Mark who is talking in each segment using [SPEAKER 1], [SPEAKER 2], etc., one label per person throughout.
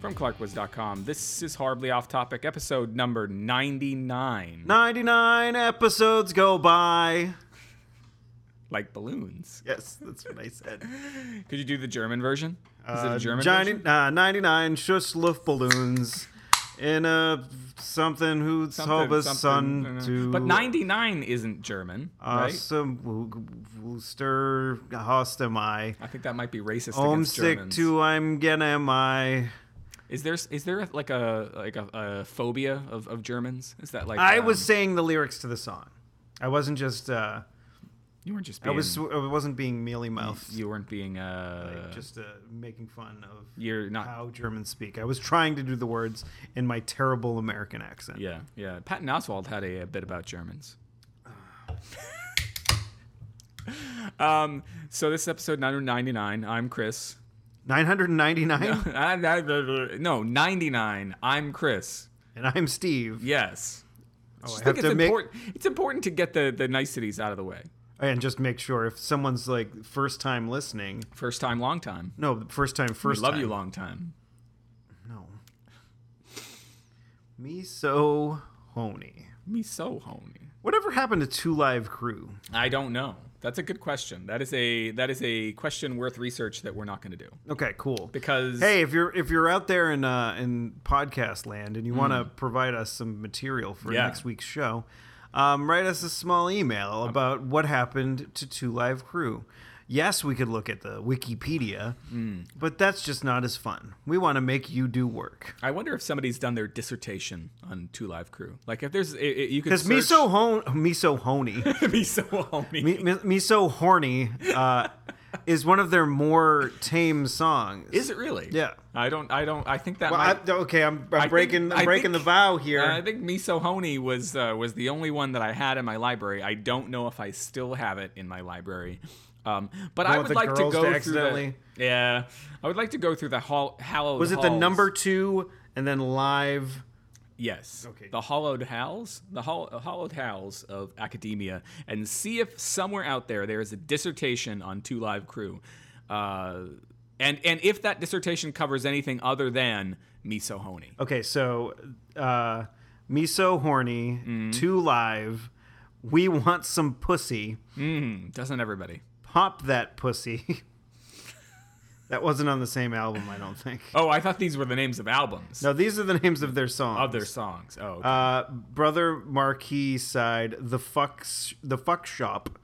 [SPEAKER 1] From ClarkWoods.com, this is Horribly Off Topic, episode number 99.
[SPEAKER 2] 99 episodes go by.
[SPEAKER 1] Like balloons.
[SPEAKER 2] Yes, that's what I said.
[SPEAKER 1] Could you do the German version? Is it
[SPEAKER 2] Uh,
[SPEAKER 1] a German
[SPEAKER 2] Johnny-
[SPEAKER 1] version?
[SPEAKER 2] uh, 99 shush luft balloons in a something who's Hoba's son to
[SPEAKER 1] uh,
[SPEAKER 2] Uh,
[SPEAKER 1] But 99 isn't German, right?
[SPEAKER 2] awesome Wooster Hostamai.
[SPEAKER 1] I think that might be racist against
[SPEAKER 2] Homesick
[SPEAKER 1] Germans.
[SPEAKER 2] to I'm gonna my.
[SPEAKER 1] Is there is there like a like a, a phobia of, of Germans? Is that like
[SPEAKER 2] I
[SPEAKER 1] um,
[SPEAKER 2] was saying the lyrics to the song. I wasn't just. Uh,
[SPEAKER 1] you weren't just
[SPEAKER 2] I
[SPEAKER 1] being,
[SPEAKER 2] was. I wasn't being mealy mouthed.
[SPEAKER 1] you weren't being uh
[SPEAKER 2] just uh, making fun of
[SPEAKER 1] you're not
[SPEAKER 2] how Germans speak. I was trying to do the words in my terrible American accent.
[SPEAKER 1] yeah yeah Patton Oswald had a, a bit about Germans. um, so this is episode 999. I'm Chris.
[SPEAKER 2] 999,
[SPEAKER 1] I- I- no, 99. I'm Chris.
[SPEAKER 2] and I'm Steve.
[SPEAKER 1] Yes. I just
[SPEAKER 2] Oh, I
[SPEAKER 1] think
[SPEAKER 2] have
[SPEAKER 1] it's
[SPEAKER 2] to make-
[SPEAKER 1] important. It's important to get the the niceties out of the way.
[SPEAKER 2] And just make sure if someone's like first time listening,
[SPEAKER 1] First time, long time.
[SPEAKER 2] no, first time,
[SPEAKER 1] We
[SPEAKER 2] first
[SPEAKER 1] love
[SPEAKER 2] time.
[SPEAKER 1] you, long time.
[SPEAKER 2] No. Me so honey.
[SPEAKER 1] Me so homie.
[SPEAKER 2] Whatever happened to Two Live Crew?
[SPEAKER 1] I don't know. That's a good question. That is a that is a question worth research that we're not going to do
[SPEAKER 2] Okay, cool.
[SPEAKER 1] because
[SPEAKER 2] Hey, if you're if you're out there in uh, in podcast land and you want to provide us some material for
[SPEAKER 1] Mm. Yeah.
[SPEAKER 2] next week's show, um, write us a small email about what happened to Two Live Crew. Yes, we could look at the Wikipedia,
[SPEAKER 1] Mm.
[SPEAKER 2] but that's just not as fun. We want to make you do work.
[SPEAKER 1] I wonder if somebody's done their dissertation on Two Live Crew. Like if there's i- i- you could
[SPEAKER 2] Because me
[SPEAKER 1] search-
[SPEAKER 2] so hon- me so honey,
[SPEAKER 1] me so homie.
[SPEAKER 2] me, me, me so horny uh, is one of their more tame songs.
[SPEAKER 1] is it really?
[SPEAKER 2] Yeah.
[SPEAKER 1] I don't. I don't. I think that.
[SPEAKER 2] Well,
[SPEAKER 1] might,
[SPEAKER 2] I, okay, I'm,
[SPEAKER 1] I
[SPEAKER 2] I'm
[SPEAKER 1] think-
[SPEAKER 2] breaking
[SPEAKER 1] I
[SPEAKER 2] I'm breaking
[SPEAKER 1] think-
[SPEAKER 2] the vow here.
[SPEAKER 1] I think Miso Honey was uh, was the only one that I had in my library. I don't know if I still have it in my library, um, but I would
[SPEAKER 2] want the
[SPEAKER 1] like to
[SPEAKER 2] girls to
[SPEAKER 1] go through
[SPEAKER 2] accidentally-
[SPEAKER 1] the yeah. I would like to go through the hall. Hallowed
[SPEAKER 2] Was it the
[SPEAKER 1] halls.
[SPEAKER 2] number two and then live?
[SPEAKER 1] Yes.
[SPEAKER 2] Okay.
[SPEAKER 1] The hollowed howls, the hol- uh, hollowed howls of academia, and see if somewhere out there there is a dissertation on Two Live Crew, uh, and and if that dissertation covers anything other than miso honey.
[SPEAKER 2] Okay, so uh, me so horny, two live. We want some pussy.
[SPEAKER 1] Mm, doesn't everybody?
[SPEAKER 2] Pop that pussy. that wasn't on the same album, I don't think.
[SPEAKER 1] Oh, I thought these were the names of albums
[SPEAKER 2] No, these are the names of their songs.
[SPEAKER 1] of their songs. Oh, okay.
[SPEAKER 2] Uh, Brother Marquis side, the fuck, sh- the fuck shop.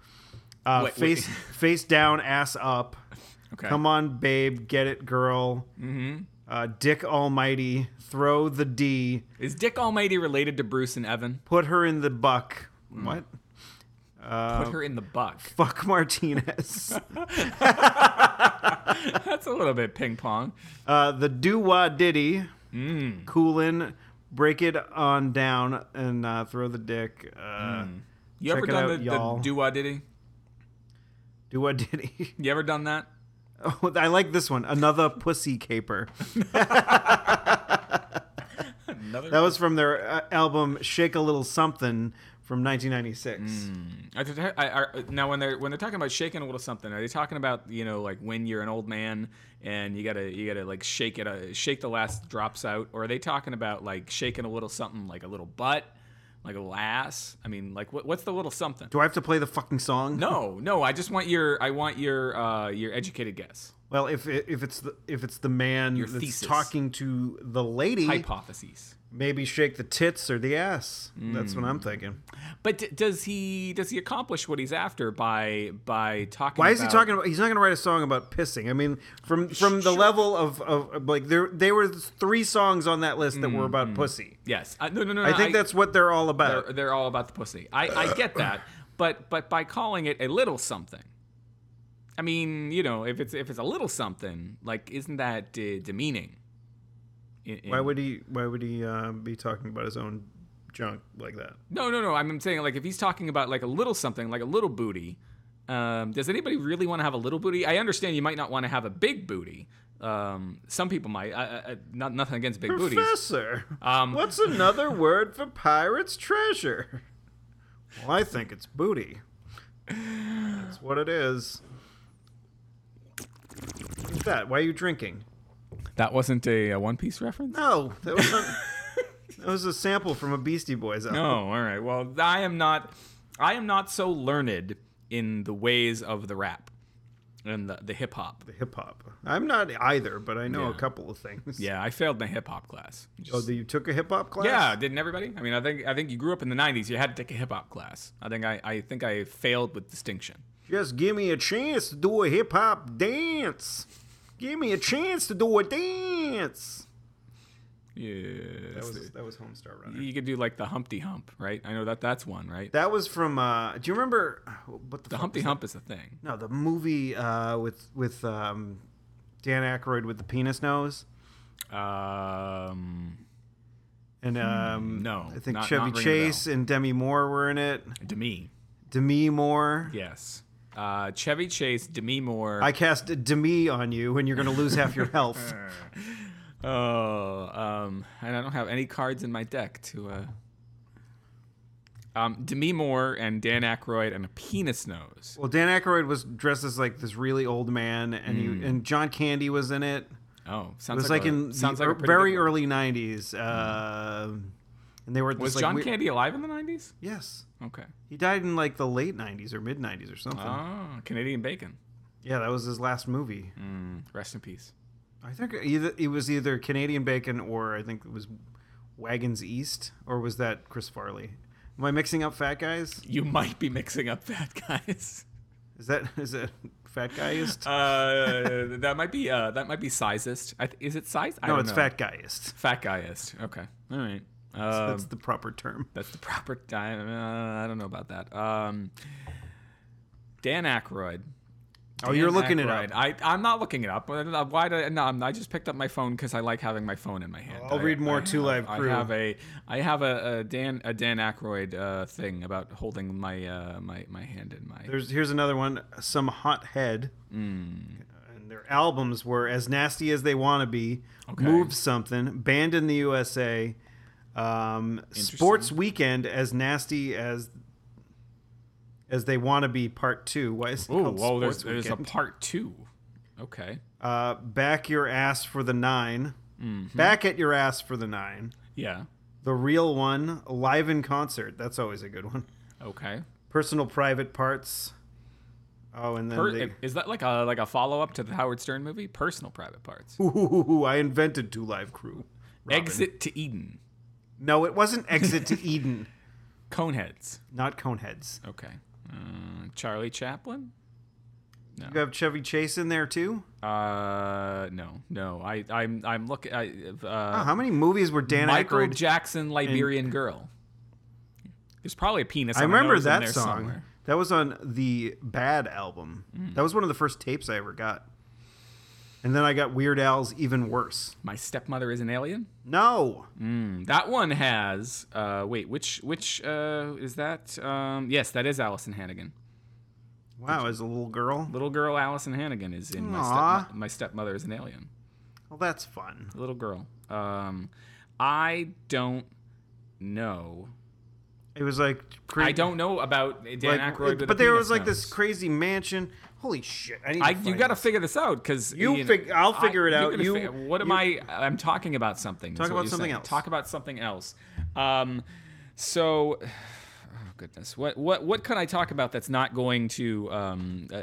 [SPEAKER 2] Uh,
[SPEAKER 1] Wait, wait.
[SPEAKER 2] face face down, ass up.
[SPEAKER 1] okay.
[SPEAKER 2] Come on, babe, get it, girl. Mm-hmm. Uh, Dick Almighty, throw the D.
[SPEAKER 1] Is Dick Almighty related to Bruce and Evan?
[SPEAKER 2] Put her in the buck. What? Uh,
[SPEAKER 1] Put her in the buck.
[SPEAKER 2] Fuck Martinez.
[SPEAKER 1] That's a little bit ping pong.
[SPEAKER 2] uh, the doo wah diddy.
[SPEAKER 1] Mm.
[SPEAKER 2] Coolin. Break it on down and uh, throw the dick. Uh,
[SPEAKER 1] Mm. You ever
[SPEAKER 2] Check it
[SPEAKER 1] done
[SPEAKER 2] out,
[SPEAKER 1] the, the
[SPEAKER 2] y'all.
[SPEAKER 1] doo wah diddy?
[SPEAKER 2] Doo wah diddy.
[SPEAKER 1] You ever done that?
[SPEAKER 2] Oh, I like this one. Another pussy caper.
[SPEAKER 1] Another.
[SPEAKER 2] That was from their uh, album Shake a Little Something from 1996.
[SPEAKER 1] I, did- I, I, now, when they're when they're talking about shaking a little something, are they talking about you know like when you're an old man and you gotta you gotta like shake it uh, shake the last drops out, or are they talking about like shaking a little something like a little butt, like a little ass? I mean, like what, what's the little something?
[SPEAKER 2] Do I have to play the fucking song?
[SPEAKER 1] No, no, I just want your I want your uh, your educated guess
[SPEAKER 2] Well, if it, if it's the, if it's the man
[SPEAKER 1] Your
[SPEAKER 2] that's
[SPEAKER 1] thesis.
[SPEAKER 2] talking to the lady,
[SPEAKER 1] hypotheses.
[SPEAKER 2] maybe shake the tits or the ass. That's what
[SPEAKER 1] Mm.
[SPEAKER 2] I'm thinking.
[SPEAKER 1] But d- does he does he accomplish what he's after by by talking?
[SPEAKER 2] Why is he
[SPEAKER 1] about-
[SPEAKER 2] talking about? He's not going to write a song about pissing. I mean, from from the
[SPEAKER 1] Sure.
[SPEAKER 2] level of, of of, like there they were three songs on that list that were about pussy.
[SPEAKER 1] Yes, uh, no, no, Mm-hmm. no.
[SPEAKER 2] I
[SPEAKER 1] no,
[SPEAKER 2] think that's what they're all about.
[SPEAKER 1] they're, they're all about the pussy. I, I get that, but but by calling it a little something, I mean you know if it's if it's a little something, like isn't that uh, demeaning? In- in-
[SPEAKER 2] Why would he? Why would he uh, be talking about his own junk like that?
[SPEAKER 1] no no no? I'm saying like if he's talking about like a little something, like a little booty. Um, does anybody really want to have a little booty? I understand you might not want to have a big booty. Um, some people might. I, I, I, not nothing against big booties.
[SPEAKER 2] Professor,
[SPEAKER 1] Um,
[SPEAKER 2] what's another word for pirate's treasure? Well, I think it's booty. That's what it is. What's that? Why are you drinking?
[SPEAKER 1] That wasn't a, a One Piece reference?
[SPEAKER 2] No, that was, not, that was a sample from a Beastie Boys album.
[SPEAKER 1] Oh, all right. Well, I am not I am not so learned in the ways of the rap and the, the hip hop.
[SPEAKER 2] Hip hop. I'm not either, but I know a
[SPEAKER 1] Yeah.
[SPEAKER 2] couple of things.
[SPEAKER 1] Yeah, I failed in the hip hop class.
[SPEAKER 2] Oh, that you took a hip hop class?
[SPEAKER 1] yeah, didn't everybody? I mean, I think I think you grew up in the '90s. You had to take a hip hop class. I think I, I think I failed with distinction.
[SPEAKER 2] Just give me a chance to do a hip hop dance. Give me a chance to do a dance.
[SPEAKER 1] Yeah,
[SPEAKER 2] That was that was Homestar Runner.
[SPEAKER 1] you could do like the Humpty Hump, right? I know that that's one, right?
[SPEAKER 2] That was from. Uh, do you remember what the,
[SPEAKER 1] the
[SPEAKER 2] fuck
[SPEAKER 1] Humpty
[SPEAKER 2] was-
[SPEAKER 1] Hump is a thing.
[SPEAKER 2] No, the movie uh, with with um, Dan Aykroyd with the penis nose
[SPEAKER 1] Um,
[SPEAKER 2] and um,
[SPEAKER 1] no,
[SPEAKER 2] I think
[SPEAKER 1] not-
[SPEAKER 2] Chevy
[SPEAKER 1] not ringing a
[SPEAKER 2] Chase and Demi Moore were in it.
[SPEAKER 1] Demi,
[SPEAKER 2] Demi Moore.
[SPEAKER 1] yes. Uh, Chevy Chase, Demi Moore.
[SPEAKER 2] I cast Demi on you, and you're going to lose half your health.
[SPEAKER 1] Oh, um, and I don't have any cards in my deck to. Uh, um, Demi Moore and Dan Aykroyd and a penis nose.
[SPEAKER 2] Well, Dan Aykroyd was dressed as like this really old man, and he and John Candy was in it.
[SPEAKER 1] Oh,
[SPEAKER 2] It
[SPEAKER 1] Hmm. sounds
[SPEAKER 2] was
[SPEAKER 1] like,
[SPEAKER 2] like
[SPEAKER 1] a-
[SPEAKER 2] in the
[SPEAKER 1] sounds like a
[SPEAKER 2] ear-
[SPEAKER 1] pretty
[SPEAKER 2] very
[SPEAKER 1] good one.
[SPEAKER 2] early '90s, uh, and they were at this,
[SPEAKER 1] Was
[SPEAKER 2] like,
[SPEAKER 1] John
[SPEAKER 2] weird-
[SPEAKER 1] Candy alive in the nineties?
[SPEAKER 2] Yes,
[SPEAKER 1] Okay.
[SPEAKER 2] he died in like the late '90s or mid '90s or something.
[SPEAKER 1] Oh, Canadian Bacon.
[SPEAKER 2] Yeah, that was his last movie.
[SPEAKER 1] Mm, rest in peace.
[SPEAKER 2] I think either it was either Canadian Bacon or I think it was Wagons East, or was that Chris Farley? Am I mixing up Fat Guys?
[SPEAKER 1] You might be mixing up Fat Guys.
[SPEAKER 2] Is that is that Fat Guyist?
[SPEAKER 1] Uh, that might be uh, that might be sizist. I th- is it size? I
[SPEAKER 2] no,
[SPEAKER 1] don't
[SPEAKER 2] it's
[SPEAKER 1] know.
[SPEAKER 2] Fat Guyist.
[SPEAKER 1] Fat guyist. Okay. All right. Um,
[SPEAKER 2] That's the proper term.
[SPEAKER 1] That's the proper time. Uh, I don't know about that. Um, Dan Aykroyd.
[SPEAKER 2] Oh, you're
[SPEAKER 1] Dan
[SPEAKER 2] looking it
[SPEAKER 1] Aykroyd.
[SPEAKER 2] up.
[SPEAKER 1] I, I'm not looking it up. Uh, Why did no, I'm- I just picked up my phone because I like having my phone in my hand.
[SPEAKER 2] I'll
[SPEAKER 1] I-
[SPEAKER 2] read more
[SPEAKER 1] I
[SPEAKER 2] Two
[SPEAKER 1] have-
[SPEAKER 2] Live Crew.
[SPEAKER 1] I have a I have a, a Dan a Dan Aykroyd uh, thing about holding my uh, my my hand in my.
[SPEAKER 2] There's here's another one. Some hot head.
[SPEAKER 1] Hmm.
[SPEAKER 2] And their albums were as nasty as they want to be.
[SPEAKER 1] Okay.
[SPEAKER 2] Move something. Band in the USA. Um, Sports Weekend as nasty as as they want to be. Part two. Why is it
[SPEAKER 1] Oh,
[SPEAKER 2] called
[SPEAKER 1] whoa! There's
[SPEAKER 2] Sports
[SPEAKER 1] there's a
[SPEAKER 2] Weekend?
[SPEAKER 1] part two. Okay.
[SPEAKER 2] uh, back your ass for the 9
[SPEAKER 1] Mm-hmm.
[SPEAKER 2] Back at your ass for the nine.
[SPEAKER 1] Yeah.
[SPEAKER 2] The real one. Live in concert. That's always a good one.
[SPEAKER 1] Okay.
[SPEAKER 2] Personal private parts. Oh, and then
[SPEAKER 1] Per-
[SPEAKER 2] they-
[SPEAKER 1] is that like a like a follow up to the Howard Stern movie? Personal private parts.
[SPEAKER 2] Ooh, I invented Two Live Crew. Robin.
[SPEAKER 1] Exit to Eden.
[SPEAKER 2] No, it wasn't Exit to Eden,
[SPEAKER 1] Coneheads.
[SPEAKER 2] not Coneheads.
[SPEAKER 1] Okay. Uh, Charlie Chaplin?
[SPEAKER 2] You have Chevy Chase in there too.
[SPEAKER 1] Uh, no, no. I, I'm, I'm looking. I, uh,
[SPEAKER 2] Oh, how many movies were Dan
[SPEAKER 1] Michael
[SPEAKER 2] Aykroyd?
[SPEAKER 1] Jackson, Liberian Girl. There's probably a penis. on
[SPEAKER 2] I
[SPEAKER 1] a
[SPEAKER 2] remember
[SPEAKER 1] nose in
[SPEAKER 2] that
[SPEAKER 1] there
[SPEAKER 2] song.
[SPEAKER 1] somewhere. Mm.
[SPEAKER 2] That was on the Bad album. That was one of the first tapes I ever got. And then I got Weird Al's Even Worse.
[SPEAKER 1] My stepmother is an alien.
[SPEAKER 2] No,
[SPEAKER 1] Mm, that one has. Uh, wait, which, which uh, is that? Um, yes, that is Allison Hannigan.
[SPEAKER 2] wow, as a little girl.
[SPEAKER 1] Little girl Allison Hannigan is in my,
[SPEAKER 2] Aw.
[SPEAKER 1] step, my stepmother is an alien.
[SPEAKER 2] Well, that's fun.
[SPEAKER 1] Little girl. Um, I don't know
[SPEAKER 2] It was like cra-
[SPEAKER 1] I don't know about Dan
[SPEAKER 2] like-
[SPEAKER 1] Aykroyd, with
[SPEAKER 2] but
[SPEAKER 1] a
[SPEAKER 2] there
[SPEAKER 1] penis
[SPEAKER 2] was like this
[SPEAKER 1] nose.
[SPEAKER 2] crazy mansion. Holy shit! I need
[SPEAKER 1] I,
[SPEAKER 2] to
[SPEAKER 1] you
[SPEAKER 2] find
[SPEAKER 1] got to
[SPEAKER 2] this.
[SPEAKER 1] figure this out because
[SPEAKER 2] You fig- I'll figure it out. You-
[SPEAKER 1] what am I? I'm talking about something. is
[SPEAKER 2] Talk
[SPEAKER 1] what
[SPEAKER 2] about
[SPEAKER 1] you're
[SPEAKER 2] something
[SPEAKER 1] saying.
[SPEAKER 2] else.
[SPEAKER 1] Talk about something else. Um, so, oh goodness, what what what can I talk about that's not going to? Um, uh,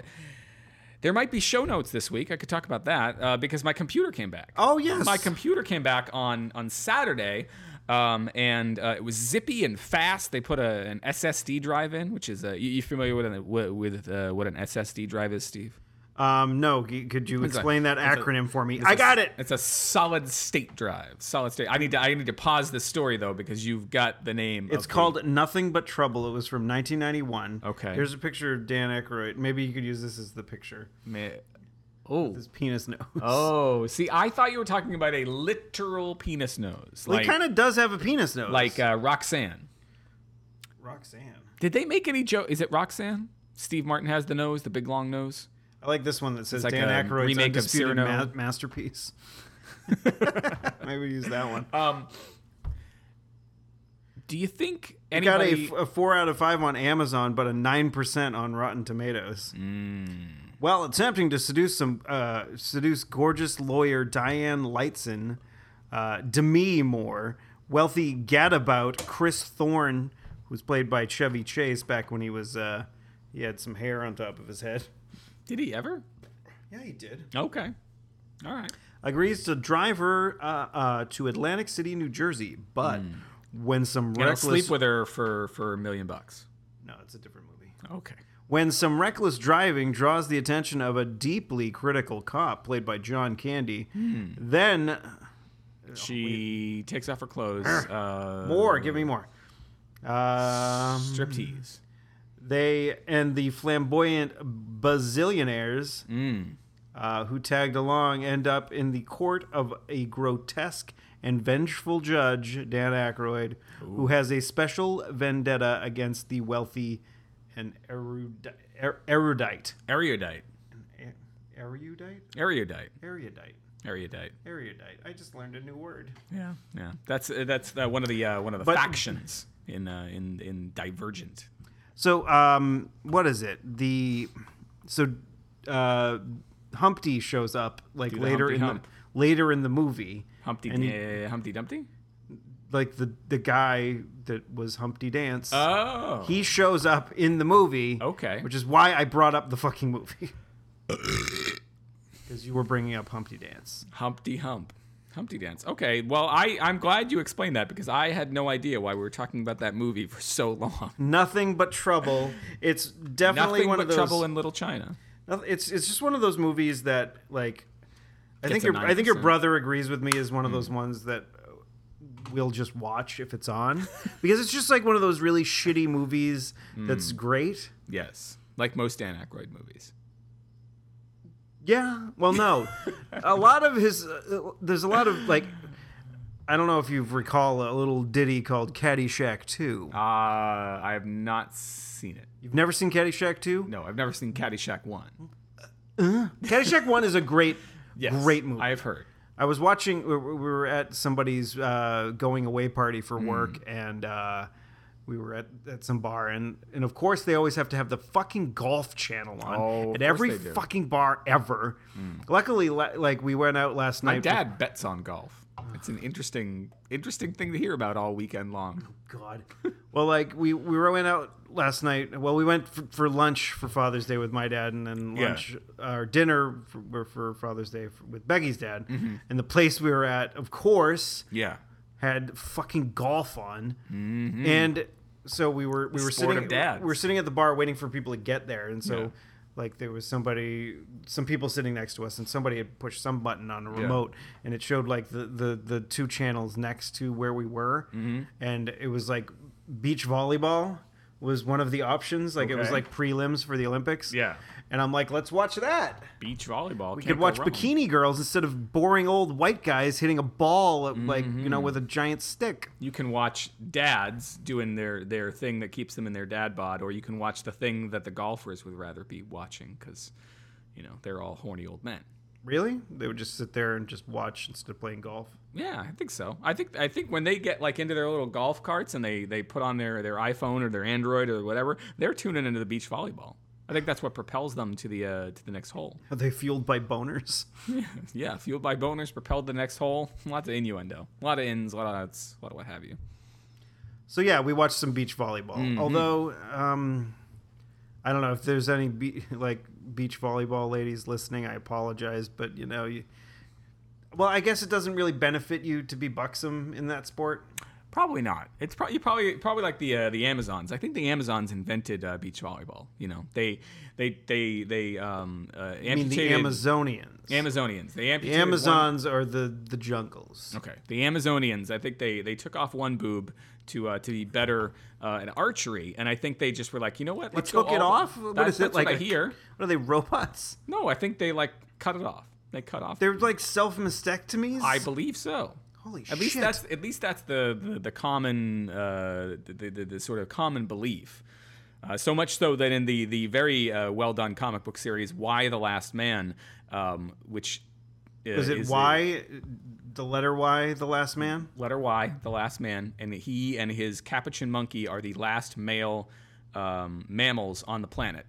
[SPEAKER 1] there might be show notes this week. I could talk about that uh, because my computer came back.
[SPEAKER 2] Oh yes,
[SPEAKER 1] My computer came back on on Saturday, um, and uh, it was zippy and fast. They put a, an SSD drive in, which is uh, you, you familiar with an, with- with uh, what an SSD drive is, Steve?
[SPEAKER 2] Um, no, g- could you
[SPEAKER 1] a-
[SPEAKER 2] explain that
[SPEAKER 1] a-
[SPEAKER 2] acronym for me? I got it.
[SPEAKER 1] It's a solid state drive. Solid state. I need to I need to pause this story though because you've got the name.
[SPEAKER 2] It's
[SPEAKER 1] of the-
[SPEAKER 2] called Nothing But Trouble. It was from 1991.
[SPEAKER 1] Okay.
[SPEAKER 2] Here's a picture of Dan Aykroyd. Maybe you could use this as the picture.
[SPEAKER 1] Ma- Oh.
[SPEAKER 2] His penis nose.
[SPEAKER 1] Oh, see, I thought you were talking about a literal penis nose,
[SPEAKER 2] Well,
[SPEAKER 1] like
[SPEAKER 2] he kind of does have a penis nose.
[SPEAKER 1] like uh, Roxanne.
[SPEAKER 2] Roxanne.
[SPEAKER 1] Did they make any joke? Is it Roxanne? Steve Martin has the nose, the big long nose.
[SPEAKER 2] I like this one that says
[SPEAKER 1] like
[SPEAKER 2] Dan
[SPEAKER 1] a
[SPEAKER 2] Aykroyd's
[SPEAKER 1] remake of
[SPEAKER 2] undisputed
[SPEAKER 1] Cyrano.
[SPEAKER 2] ma- masterpiece. Maybe we use that one.
[SPEAKER 1] Um, do you think
[SPEAKER 2] Got a
[SPEAKER 1] anybody?
[SPEAKER 2] f- a, four out of five on Amazon, but a nine percent on Rotten Tomatoes. While attempting to seduce some uh, seduce gorgeous lawyer Diane Lightson, uh, Demi Moore, wealthy gadabout Chris Thorne, who's played by Chevy Chase back when he was uh, he had some hair on top of his head.
[SPEAKER 1] Did he ever?
[SPEAKER 2] Yeah, he did.
[SPEAKER 1] Okay. All right.
[SPEAKER 2] Agrees to drive her uh, uh, to Atlantic City, New Jersey, but when some
[SPEAKER 1] And I'll
[SPEAKER 2] reckless
[SPEAKER 1] sleep with her for for a million bucks.
[SPEAKER 2] no, it's a different movie.
[SPEAKER 1] Okay.
[SPEAKER 2] When some reckless driving draws the attention of a deeply critical cop played by John Candy, then
[SPEAKER 1] She takes off her clothes. Uh,
[SPEAKER 2] Oh, more, give me more. Um,
[SPEAKER 1] striptease.
[SPEAKER 2] they and the flamboyant bazillionaires uh, who tagged along end up in the court of a grotesque and vengeful judge, Dan Aykroyd, who has a special vendetta against the wealthy and erudite. Er, erudite.
[SPEAKER 1] Erudite.
[SPEAKER 2] Er- erudite?
[SPEAKER 1] Erudite.
[SPEAKER 2] Erudite.
[SPEAKER 1] Erudite.
[SPEAKER 2] Erudite. I just learned a new word.
[SPEAKER 1] Yeah. Yeah. That's uh, that's uh, one of the uh, one of the
[SPEAKER 2] But-
[SPEAKER 1] factions in uh, in in Divergent.
[SPEAKER 2] So, um, what is it? The so uh, Humpty shows up like
[SPEAKER 1] the
[SPEAKER 2] later
[SPEAKER 1] Humpty
[SPEAKER 2] in
[SPEAKER 1] Hump.
[SPEAKER 2] the later in the movie,
[SPEAKER 1] Humpty
[SPEAKER 2] And
[SPEAKER 1] uh, Humpty Dumpty.
[SPEAKER 2] like the the guy that was Humpty Dance.
[SPEAKER 1] Oh.
[SPEAKER 2] he shows up in the movie.
[SPEAKER 1] Okay.
[SPEAKER 2] which is why I brought up the fucking movie. Because you were bringing up Humpty Dance.
[SPEAKER 1] Humpty Hump. Humpty Dance. Okay. Well, I I'm glad you explained that because I had no idea why we were talking about that movie for so long.
[SPEAKER 2] Nothing but trouble. It's definitely
[SPEAKER 1] Nothing
[SPEAKER 2] one
[SPEAKER 1] but
[SPEAKER 2] of those.
[SPEAKER 1] trouble in Little China.
[SPEAKER 2] Noth- It's it's just one of those movies that like I think
[SPEAKER 1] a Hmm.
[SPEAKER 2] your I think your
[SPEAKER 1] 9%.
[SPEAKER 2] brother agrees with me is one of those ones that uh, we'll just watch if it's on because it's just like one of those really shitty movies that's
[SPEAKER 1] Hmm.
[SPEAKER 2] great.
[SPEAKER 1] Yes. Like most Dan Aykroyd movies.
[SPEAKER 2] Yeah. Well, no. a lot of his uh, there's a lot of like I don't know if you recall a little ditty called Caddyshack 2.
[SPEAKER 1] Uh, I have not seen it.
[SPEAKER 2] You've never seen Caddyshack 2?
[SPEAKER 1] No, I've never seen Caddyshack 1.
[SPEAKER 2] Caddyshack 1 is a great great movie.
[SPEAKER 1] I've heard.
[SPEAKER 2] I was watching. We we were at somebody's uh, going away party for
[SPEAKER 1] Hmm.
[SPEAKER 2] work, and uh, we were at, at some bar, and and of course they always have to have the fucking golf channel on
[SPEAKER 1] Oh, of
[SPEAKER 2] at
[SPEAKER 1] course
[SPEAKER 2] every
[SPEAKER 1] they do. Hmm.
[SPEAKER 2] fucking bar ever. Luckily, la- like we went out last
[SPEAKER 1] My
[SPEAKER 2] night.
[SPEAKER 1] dad bets on golf. It's an interesting interesting thing to hear about all weekend long.
[SPEAKER 2] God. Well, like we we were- went out last night. Well, we went for, for lunch for Father's Day with my dad, and then
[SPEAKER 1] Yeah.
[SPEAKER 2] lunch or dinner for, for Father's Day with Becky's dad.
[SPEAKER 1] Mm-hmm.
[SPEAKER 2] And the place we were at, of course,
[SPEAKER 1] Yeah.
[SPEAKER 2] had fucking golf on, and so we were we
[SPEAKER 1] Mm-hmm.
[SPEAKER 2] were
[SPEAKER 1] sport
[SPEAKER 2] sitting
[SPEAKER 1] of dads.
[SPEAKER 2] we were sitting at the bar waiting for people to get there, and so
[SPEAKER 1] Yeah.
[SPEAKER 2] like there was somebody some people sitting next to us, and somebody had pushed some button on a remote, and it showed like the the the two channels next to where we were,
[SPEAKER 1] Mm-hmm.
[SPEAKER 2] and it was like beach volleyball was one of the options, like it was
[SPEAKER 1] Okay.
[SPEAKER 2] like prelims for the Olympics,
[SPEAKER 1] Yeah.
[SPEAKER 2] and I'm like, let's watch that.
[SPEAKER 1] Beach volleyball.
[SPEAKER 2] You could watch bikini girls instead of boring old white guys hitting a ball like you know with a giant stick.
[SPEAKER 1] You can watch dads doing their their thing that keeps them in their dad bod or you can watch the thing that the golfers would rather be watching cuz you know, they're all horny old men.
[SPEAKER 2] Really? They would just sit there and just watch instead of playing golf.
[SPEAKER 1] Yeah, I think so. I think I think when they get like into their little golf carts and they they put on their their iPhone or their Android or whatever, they're tuning into the beach volleyball. I think that's what propels them to the uh, to the next hole.
[SPEAKER 2] Are they fueled by boners?
[SPEAKER 1] Yeah, fueled by boners, propelled to the next hole. Lots of innuendo, a lot of ins, a lot of outs, a lot of what have you.
[SPEAKER 2] So yeah, we watched some beach volleyball. Although, um, I don't know if there's any be- like beach volleyball ladies listening. I apologize, but you know, you, well, I guess it doesn't really benefit you to be buxom in that sport.
[SPEAKER 1] Probably not. It's probably probably probably like the uh, the Amazons. I think the Amazons invented uh, beach volleyball. You know, they they they they um, uh, amputated
[SPEAKER 2] I mean, the Amazonians.
[SPEAKER 1] Amazonians. They
[SPEAKER 2] the
[SPEAKER 1] amputated one-
[SPEAKER 2] Amazons are the the jungles.
[SPEAKER 1] Okay. The Amazonians, I think they they took off one boob to uh, to be better uh, at archery, and I think they just were like, you know what? Let's go
[SPEAKER 2] took it
[SPEAKER 1] all-
[SPEAKER 2] off? What
[SPEAKER 1] That's-
[SPEAKER 2] is it,
[SPEAKER 1] that's
[SPEAKER 2] like
[SPEAKER 1] What I
[SPEAKER 2] a-
[SPEAKER 1] hear.
[SPEAKER 2] What are they robots?
[SPEAKER 1] No, I think they like cut it off. They cut off.
[SPEAKER 2] They're like self mastectomies.
[SPEAKER 1] I believe so.
[SPEAKER 2] Holy
[SPEAKER 1] At least
[SPEAKER 2] shit.
[SPEAKER 1] that's at least that's the the, the common uh, the, the, the sort of common belief. Uh, so much so that in the the very uh, well done comic book series Why the Last Man, um, which uh,
[SPEAKER 2] Is it
[SPEAKER 1] is a-
[SPEAKER 2] Y? The letter Y, the last man.
[SPEAKER 1] letter Y, the last man, and he and his capuchin monkey are the last male um, mammals on the planet.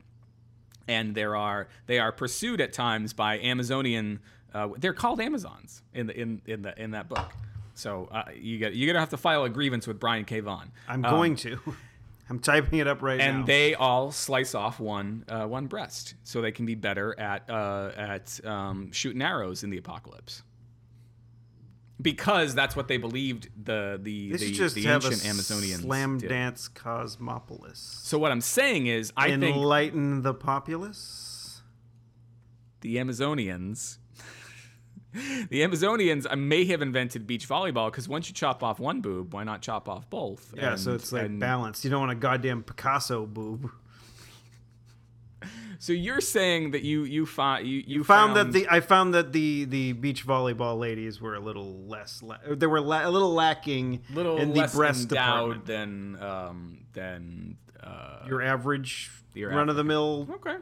[SPEAKER 1] and there are they are pursued at times by Amazonian. Uh, they're called Amazons in the in in the in that book. So uh, you got you're gonna have to file a grievance with Brian K. Vaughan.
[SPEAKER 2] I'm going to. I'm typing it up right now.
[SPEAKER 1] Um, and they all slice off one uh, one breast so they can be better at uh, at um, shooting arrows in the apocalypse. Because that's what they believed the the
[SPEAKER 2] They should
[SPEAKER 1] the,
[SPEAKER 2] just
[SPEAKER 1] the
[SPEAKER 2] have
[SPEAKER 1] ancient
[SPEAKER 2] a
[SPEAKER 1] Amazonians
[SPEAKER 2] slam
[SPEAKER 1] did.
[SPEAKER 2] dance Cosmopolis.
[SPEAKER 1] So what I'm saying is, I think
[SPEAKER 2] Enlighten the populace.
[SPEAKER 1] the Amazonians. The Amazonians uh, may have invented beach volleyball because once you chop off one boob, why not chop off both?
[SPEAKER 2] Yeah, so
[SPEAKER 1] And-
[SPEAKER 2] it's like
[SPEAKER 1] and-
[SPEAKER 2] balanced. You don't want a goddamn Picasso boob.
[SPEAKER 1] so you're saying that you you found you, you
[SPEAKER 2] Found that the I found that the the beach volleyball ladies were a little less. La- they were la- a little lacking
[SPEAKER 1] little
[SPEAKER 2] in the
[SPEAKER 1] less
[SPEAKER 2] breast
[SPEAKER 1] endowed
[SPEAKER 2] department.
[SPEAKER 1] than um, than uh,
[SPEAKER 2] Your average
[SPEAKER 1] Your
[SPEAKER 2] run of the mill
[SPEAKER 1] okay,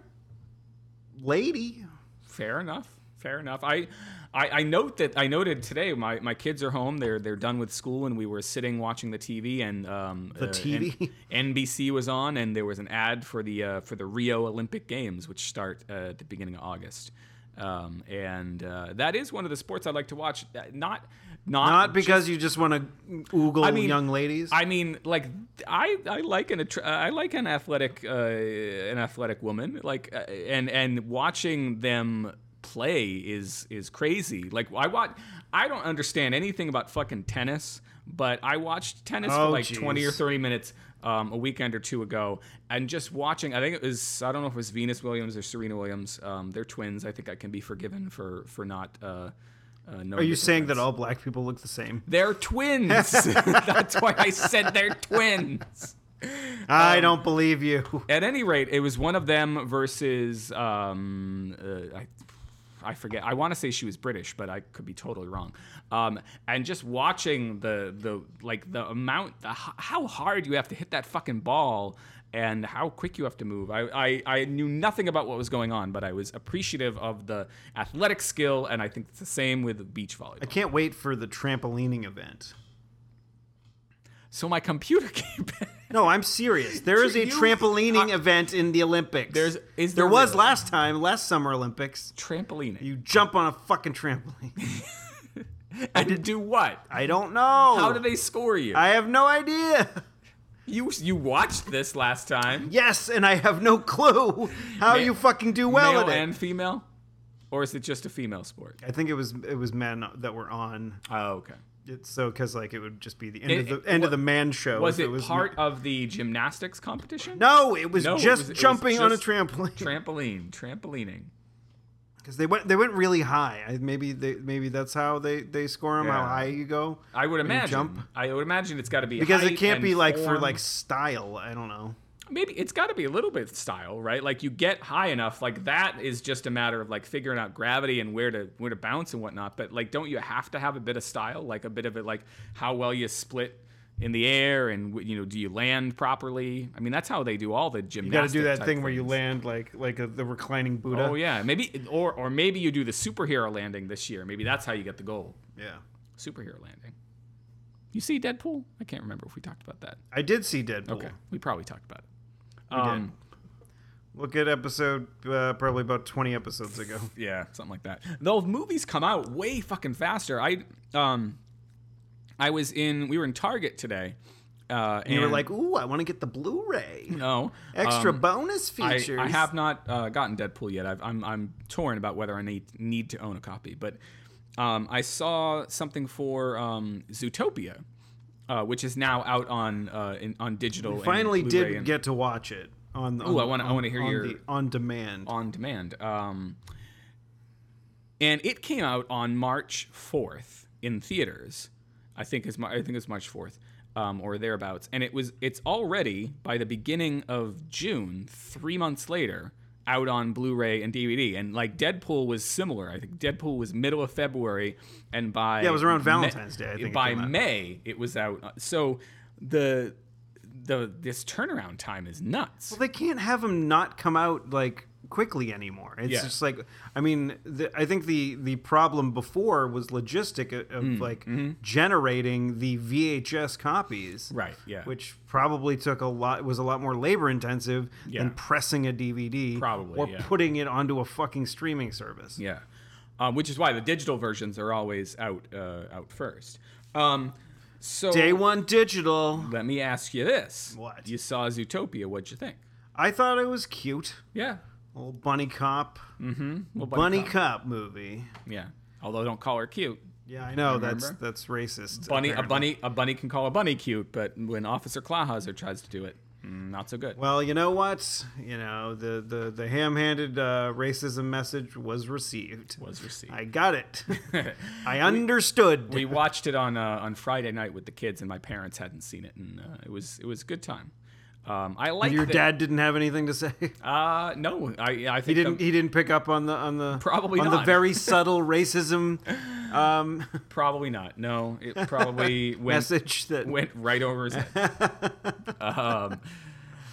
[SPEAKER 2] lady.
[SPEAKER 1] fair enough, fair enough. I, I I note that I noted today my, my kids are home. They're they're done with school, and we were sitting watching the TV, and um, the
[SPEAKER 2] TV?
[SPEAKER 1] NBC was on, and there was an ad for the uh, for the Rio Olympic Games, which start uh, at the beginning of August. Um, and uh, that is one of the sports I like to watch. Not not
[SPEAKER 2] Not because you just want to oogle
[SPEAKER 1] I mean,
[SPEAKER 2] young ladies.
[SPEAKER 1] I mean, like I, I like an attr- I like an athletic uh, an athletic woman like uh, and and watching them play is is crazy. Like I watch I don't understand anything about fucking tennis, but I watched tennis for
[SPEAKER 2] Oh,
[SPEAKER 1] like
[SPEAKER 2] geez.
[SPEAKER 1] 20 or 30 minutes um, a weekend or two ago and just watching I think it was I don't know if it was Venus Williams or Serena Williams. Um, they're twins. I think I can be forgiven for for not uh, uh,
[SPEAKER 2] Are you saying that all black people look the same?
[SPEAKER 1] they're twins. That's why I said they're twins. Um,
[SPEAKER 2] I don't believe you.
[SPEAKER 1] At any rate, it was one of them versus um, uh, I, I forget. I want to say she was British, but I could be totally wrong. Um, and just watching the the like the amount, the, h- how hard you have to hit that fucking ball. And how quick you have to move. I, I, I knew nothing about what was going on, but I was appreciative of the athletic skill, and I think it's the same with beach volleyball.
[SPEAKER 2] I can't wait for the trampolining event.
[SPEAKER 1] So my computer came back.
[SPEAKER 2] No, I'm serious. There is a
[SPEAKER 1] You-
[SPEAKER 2] trampolining event in the Olympics.
[SPEAKER 1] There's- is
[SPEAKER 2] there,
[SPEAKER 1] there
[SPEAKER 2] was
[SPEAKER 1] really?
[SPEAKER 2] last time, last summer Olympics.
[SPEAKER 1] trampolining.
[SPEAKER 2] You jump on a fucking trampoline.
[SPEAKER 1] and to do what?
[SPEAKER 2] I don't know.
[SPEAKER 1] How do they score you?
[SPEAKER 2] I have no idea.
[SPEAKER 1] you you watched this last time.
[SPEAKER 2] Yes, and I have no clue
[SPEAKER 1] Ma-
[SPEAKER 2] how you fucking do well
[SPEAKER 1] male
[SPEAKER 2] at it.
[SPEAKER 1] and female, or is it just a female sport?
[SPEAKER 2] I think it was it was men that were on.
[SPEAKER 1] Oh, okay.
[SPEAKER 2] It's so because like it would just be the end
[SPEAKER 1] It-
[SPEAKER 2] of
[SPEAKER 1] it-
[SPEAKER 2] the end
[SPEAKER 1] wa-
[SPEAKER 2] of the man show.
[SPEAKER 1] Was
[SPEAKER 2] if
[SPEAKER 1] it, part of the gymnastics competition?
[SPEAKER 2] No, it was
[SPEAKER 1] No, it
[SPEAKER 2] just
[SPEAKER 1] was- it was
[SPEAKER 2] jumping on a
[SPEAKER 1] just
[SPEAKER 2] trampoline.
[SPEAKER 1] Trampoline, trampolining.
[SPEAKER 2] because they went they went really high. I, maybe they maybe that's how they they score them. How
[SPEAKER 1] Yeah.
[SPEAKER 2] high you go?
[SPEAKER 1] I would imagine.
[SPEAKER 2] jump?
[SPEAKER 1] I would imagine it's got to be
[SPEAKER 2] Because it
[SPEAKER 1] height
[SPEAKER 2] can't
[SPEAKER 1] and
[SPEAKER 2] be like for
[SPEAKER 1] form.
[SPEAKER 2] like style. I don't know.
[SPEAKER 1] maybe it's got to be a little bit style, right? Like you get high enough, like that is just a matter of like figuring out gravity and where to where to bounce and whatnot. But like, don't you have to have a bit of style, like a bit of it, like how well you split in the air and you know, do you land properly? I mean, that's how they do all the
[SPEAKER 2] You
[SPEAKER 1] gymnastics.
[SPEAKER 2] got to do that thing where you land uh, like like a, the reclining Buddha.
[SPEAKER 1] Oh yeah, maybe or or maybe you do the superhero landing this year. Maybe that's how you get the gold.
[SPEAKER 2] yeah.
[SPEAKER 1] Superhero landing. You see Deadpool? I can't remember if we talked about that.
[SPEAKER 2] I did see Deadpool.
[SPEAKER 1] Okay, Um, we probably talked about it.
[SPEAKER 2] did. Look at episode uh, probably about twenty episodes ago.
[SPEAKER 1] yeah, something like that. Those movies come out way fucking faster. I um, I was in we were in Target today. Uh, and
[SPEAKER 2] You were like, "Ooh, I want to get the Blu-ray,
[SPEAKER 1] no
[SPEAKER 2] extra
[SPEAKER 1] um,
[SPEAKER 2] bonus
[SPEAKER 1] I,
[SPEAKER 2] features."
[SPEAKER 1] I have not uh, gotten Deadpool yet. I've, I'm I'm torn about whether I need need to own a copy, but um, I saw something for um, Zootopia, uh, which is now out on uh, in, on digital. and
[SPEAKER 2] Finally,
[SPEAKER 1] Blu-ray
[SPEAKER 2] did
[SPEAKER 1] and-
[SPEAKER 2] get to watch it on.
[SPEAKER 1] Ooh, I wanna- I wanna hear
[SPEAKER 2] on
[SPEAKER 1] your-
[SPEAKER 2] the, on demand.
[SPEAKER 1] on demand. Um, and it came out on March 4th in theaters. I think it's Mar- I think it's March 4th um, or thereabouts. And it was it's already by the beginning of June, three months later, out on Blu-ray and DVD. And like Deadpool was similar. I think Deadpool was middle of February, and by
[SPEAKER 2] Yeah, it was around
[SPEAKER 1] Ma-
[SPEAKER 2] Valentine's Day, I think it
[SPEAKER 1] by
[SPEAKER 2] came out.
[SPEAKER 1] May, it was out. So the the this turnaround time is nuts.
[SPEAKER 2] Well, they can't have him not come out like quickly anymore. It's
[SPEAKER 1] Yeah.
[SPEAKER 2] just like I mean, the, I think the the problem before was logistic uh, of, of
[SPEAKER 1] Mm,
[SPEAKER 2] like
[SPEAKER 1] mm-hmm.
[SPEAKER 2] generating the VHS copies,
[SPEAKER 1] Right, yeah.
[SPEAKER 2] which probably took a lot was a lot more labor intensive
[SPEAKER 1] Yeah.
[SPEAKER 2] than pressing a DVD,
[SPEAKER 1] Probably,
[SPEAKER 2] or
[SPEAKER 1] yeah.
[SPEAKER 2] putting it onto a fucking streaming service.
[SPEAKER 1] Yeah, um, which is why the digital versions are always out uh, out first. Um, so
[SPEAKER 2] Day one digital.
[SPEAKER 1] let me ask you this:
[SPEAKER 2] What?
[SPEAKER 1] you saw Zootopia? What'd you think?
[SPEAKER 2] I thought it was cute,
[SPEAKER 1] Yeah,
[SPEAKER 2] little bunny cop,
[SPEAKER 1] well,
[SPEAKER 2] bunny, cop. movie.
[SPEAKER 1] Yeah, although don't call her cute.
[SPEAKER 2] Yeah, I know that's
[SPEAKER 1] Remember?
[SPEAKER 2] that's racist.
[SPEAKER 1] Bunny, a
[SPEAKER 2] apparently.
[SPEAKER 1] bunny, a bunny can call a bunny cute, but when Officer Clawhauser tries to do it, mm, not so good.
[SPEAKER 2] Well, you know what? You know the the the ham-handed uh, racism message was received.
[SPEAKER 1] was received.
[SPEAKER 2] I got it. I understood.
[SPEAKER 1] we watched it on uh, on Friday night with the kids, and my parents hadn't seen it, and uh, it was it was a good time. Um, I like
[SPEAKER 2] Your
[SPEAKER 1] that-
[SPEAKER 2] dad didn't have anything to say.
[SPEAKER 1] Uh, no, I I think
[SPEAKER 2] He didn't.
[SPEAKER 1] the-
[SPEAKER 2] He didn't pick up on the on the
[SPEAKER 1] Probably
[SPEAKER 2] on the
[SPEAKER 1] not.
[SPEAKER 2] very subtle racism um,
[SPEAKER 1] probably not. No, it probably went
[SPEAKER 2] message that
[SPEAKER 1] went right over his head. um,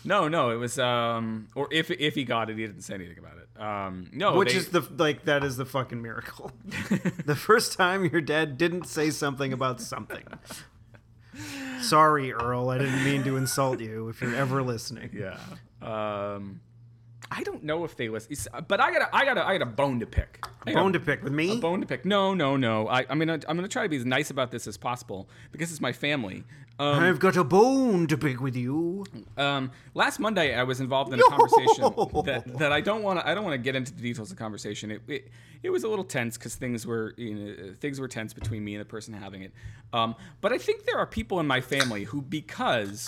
[SPEAKER 1] no, no, it was um, or if if he got it, he didn't say anything about it. Um, no,
[SPEAKER 2] Which
[SPEAKER 1] they-
[SPEAKER 2] is the like that is the fucking miracle. the first time your dad didn't say something about something. Sorry, Earl, I didn't mean to insult you if you're ever listening.
[SPEAKER 1] Yeah. Um, I don't know if they listen, it's- but I got to I got to I got a bone to pick. I got a-
[SPEAKER 2] Bone to pick with me?
[SPEAKER 1] a bone to pick. No, no, no. I, I'm gonna I'm gonna try to be as nice about this as possible because it's my family. Um,
[SPEAKER 2] I've got a bone to pick with you.
[SPEAKER 1] um, last Monday, I was involved in a
[SPEAKER 2] Yo!
[SPEAKER 1] conversation that, that I don't want to I don't want to get into the details of the conversation. It, it, it was a little tense because things were you know, things were tense between me and the person having it. Um, but I think there are people in my family who because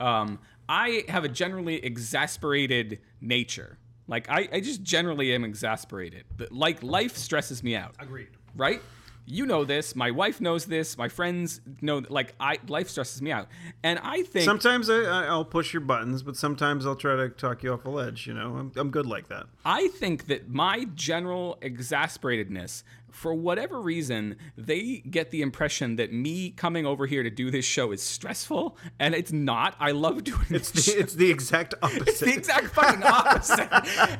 [SPEAKER 1] um, I have a generally exasperated nature. Like I, I just generally am exasperated. But, Like life stresses me out
[SPEAKER 2] Agreed.
[SPEAKER 1] right? You know this. My wife knows this. My friends know. Like I, life stresses me out, and I think
[SPEAKER 2] Sometimes I, I- I'll push your buttons, but sometimes I'll try to talk you off a ledge. You know, I'm, I'm good like that.
[SPEAKER 1] I think that my general exasperatedness, for whatever reason, they get the impression that me coming over here to do this show is stressful, and it's not. I love doing
[SPEAKER 2] It's
[SPEAKER 1] this
[SPEAKER 2] the, it's the exact opposite.
[SPEAKER 1] It's the exact fucking opposite.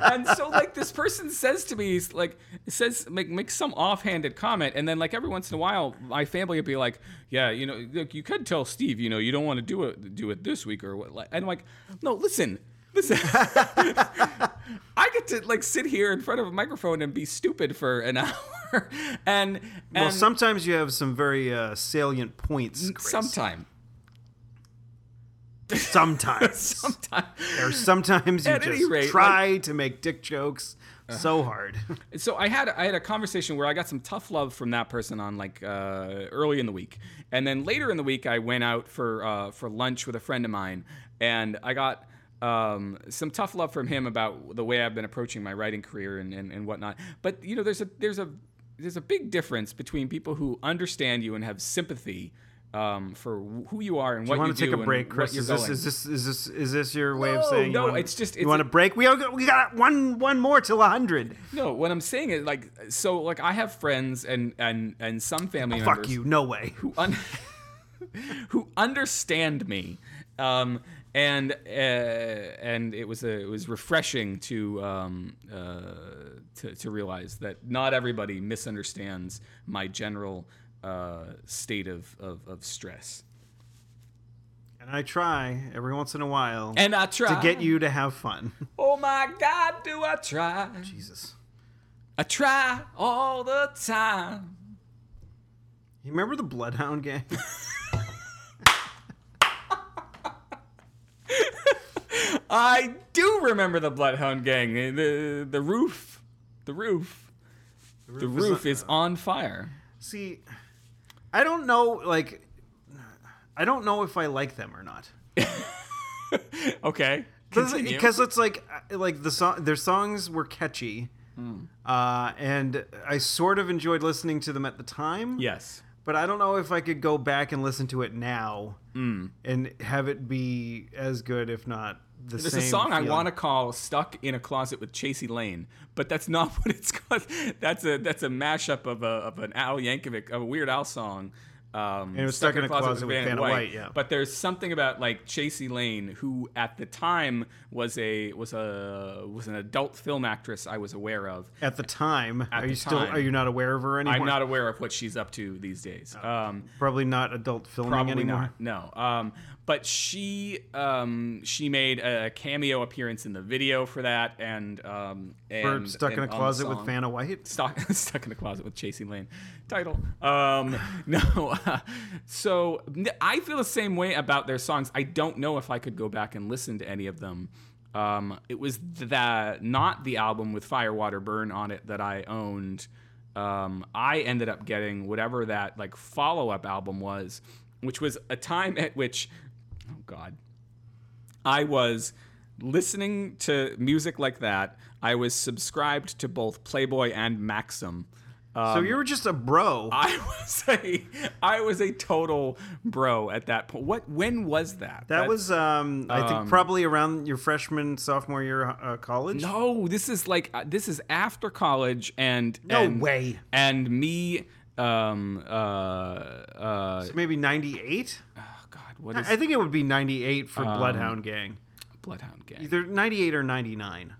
[SPEAKER 1] and so like this person says to me, he's like says make makes some offhanded comment, and then like every once in a while, my family would be like, yeah, you know, look, you could tell Steve, you know, you don't want to do it do it this week or what. like- And I'm like, no, listen. Listen, I get to like sit here in front of a microphone and be stupid for an hour, and, and
[SPEAKER 2] well, sometimes you have some very uh, salient points. Chris.
[SPEAKER 1] sometime,
[SPEAKER 2] Sometimes.
[SPEAKER 1] sometime,
[SPEAKER 2] or sometimes you
[SPEAKER 1] At any
[SPEAKER 2] just
[SPEAKER 1] rate, uh,
[SPEAKER 2] try to make dick jokes so hard.
[SPEAKER 1] so I had I had a conversation where I got some tough love from that person on like uh, early in the week, and then later in the week I went out for uh, for lunch with a friend of mine, and I got um, some tough love from him about the way I've been approaching my writing career and, and, and whatnot. But you know, there's a there's a there's a big difference between people who understand you and have sympathy um, for wh- who you are and what
[SPEAKER 2] I
[SPEAKER 1] you
[SPEAKER 2] want
[SPEAKER 1] do.
[SPEAKER 2] to take a
[SPEAKER 1] and
[SPEAKER 2] break,
[SPEAKER 1] what
[SPEAKER 2] Chris.
[SPEAKER 1] you're
[SPEAKER 2] Is this,
[SPEAKER 1] going.
[SPEAKER 2] is this is this is this your way of
[SPEAKER 1] No,
[SPEAKER 2] saying? you
[SPEAKER 1] no,
[SPEAKER 2] wanna-
[SPEAKER 1] it's just-
[SPEAKER 2] you
[SPEAKER 1] it's
[SPEAKER 2] want
[SPEAKER 1] a-
[SPEAKER 2] to break. We all, we got one one more till hundred.
[SPEAKER 1] no, what I'm saying is like so like I have friends and and and some family members.
[SPEAKER 2] Fuck you, no way.
[SPEAKER 1] who un- who understand me. Um, and uh, and it was a, it was refreshing to, um, uh, to to realize that not everybody misunderstands my general uh, state of, of, of stress.
[SPEAKER 2] And I try every once in a while
[SPEAKER 1] And I try
[SPEAKER 2] to get you to have fun.
[SPEAKER 1] Oh my God, do I try?
[SPEAKER 2] Jesus,
[SPEAKER 1] I try all the time.
[SPEAKER 2] you remember the Bloodhound Gang?
[SPEAKER 1] I do remember the Bloodhound Gang. The the, the roof, the roof, the
[SPEAKER 2] roof is
[SPEAKER 1] roof
[SPEAKER 2] on-
[SPEAKER 1] is on fire.
[SPEAKER 2] See, I don't know. Like, I don't know if I like them or not.
[SPEAKER 1] Okay. Continue.
[SPEAKER 2] because it's like uh, like the song their songs were catchy
[SPEAKER 1] Hmm.
[SPEAKER 2] uh, and i sort of enjoyed listening to them at the time
[SPEAKER 1] yes.
[SPEAKER 2] but i don't know if i could go back and listen to it now
[SPEAKER 1] Hmm.
[SPEAKER 2] and have it be as good if not the
[SPEAKER 1] There's
[SPEAKER 2] same
[SPEAKER 1] a song I
[SPEAKER 2] feeling.
[SPEAKER 1] want to call "Stuck in a Closet with Chasey Lane," but that's not what it's called. That's a that's a mashup of a of an Al Yankovic of a Weird Al song. Um,
[SPEAKER 2] And it was Stuck in a Closet with Vanna White, yeah.
[SPEAKER 1] But there's something about like Chasey Lane, who at the time was a was a was an adult film actress I was aware of.
[SPEAKER 2] At the time, are
[SPEAKER 1] the
[SPEAKER 2] you still
[SPEAKER 1] time.
[SPEAKER 2] are you not aware of her anymore?
[SPEAKER 1] I'm not aware of what she's up to these days.
[SPEAKER 2] Oh.
[SPEAKER 1] Um,
[SPEAKER 2] probably not adult filming
[SPEAKER 1] probably
[SPEAKER 2] anymore.
[SPEAKER 1] not. No. Um, but she um, she made a cameo appearance in the video for that, and um,
[SPEAKER 2] Or
[SPEAKER 1] and,
[SPEAKER 2] stuck in
[SPEAKER 1] and on
[SPEAKER 2] a
[SPEAKER 1] the
[SPEAKER 2] closet with
[SPEAKER 1] song.
[SPEAKER 2] Vanna White.
[SPEAKER 1] Stuck, stuck in a closet with Chasing Lane. Title. Um, no. uh, so n- I feel the same way about their songs. I don't know if I could go back and listen to any of them. Um, it was the not the album with Fire Water Burn on it that I owned. Um, I ended up getting whatever that like follow up album was, which was a time at which, oh God, I was listening to music like that. I was subscribed to both Playboy and Maxim. Uh,
[SPEAKER 2] so you were just a bro.
[SPEAKER 1] I was a I was a total bro at that point. What when was that?
[SPEAKER 2] that was, um, I think, probably around your freshman sophomore year uh, college.
[SPEAKER 1] No, this is like uh, this is after college and
[SPEAKER 2] No
[SPEAKER 1] and-
[SPEAKER 2] way.
[SPEAKER 1] And me um uh uh
[SPEAKER 2] So maybe '98.
[SPEAKER 1] oh god, what is Um,
[SPEAKER 2] I think it would be '98 for Bloodhound Gang.
[SPEAKER 1] Bloodhound Gang?
[SPEAKER 2] Either '98 or '99.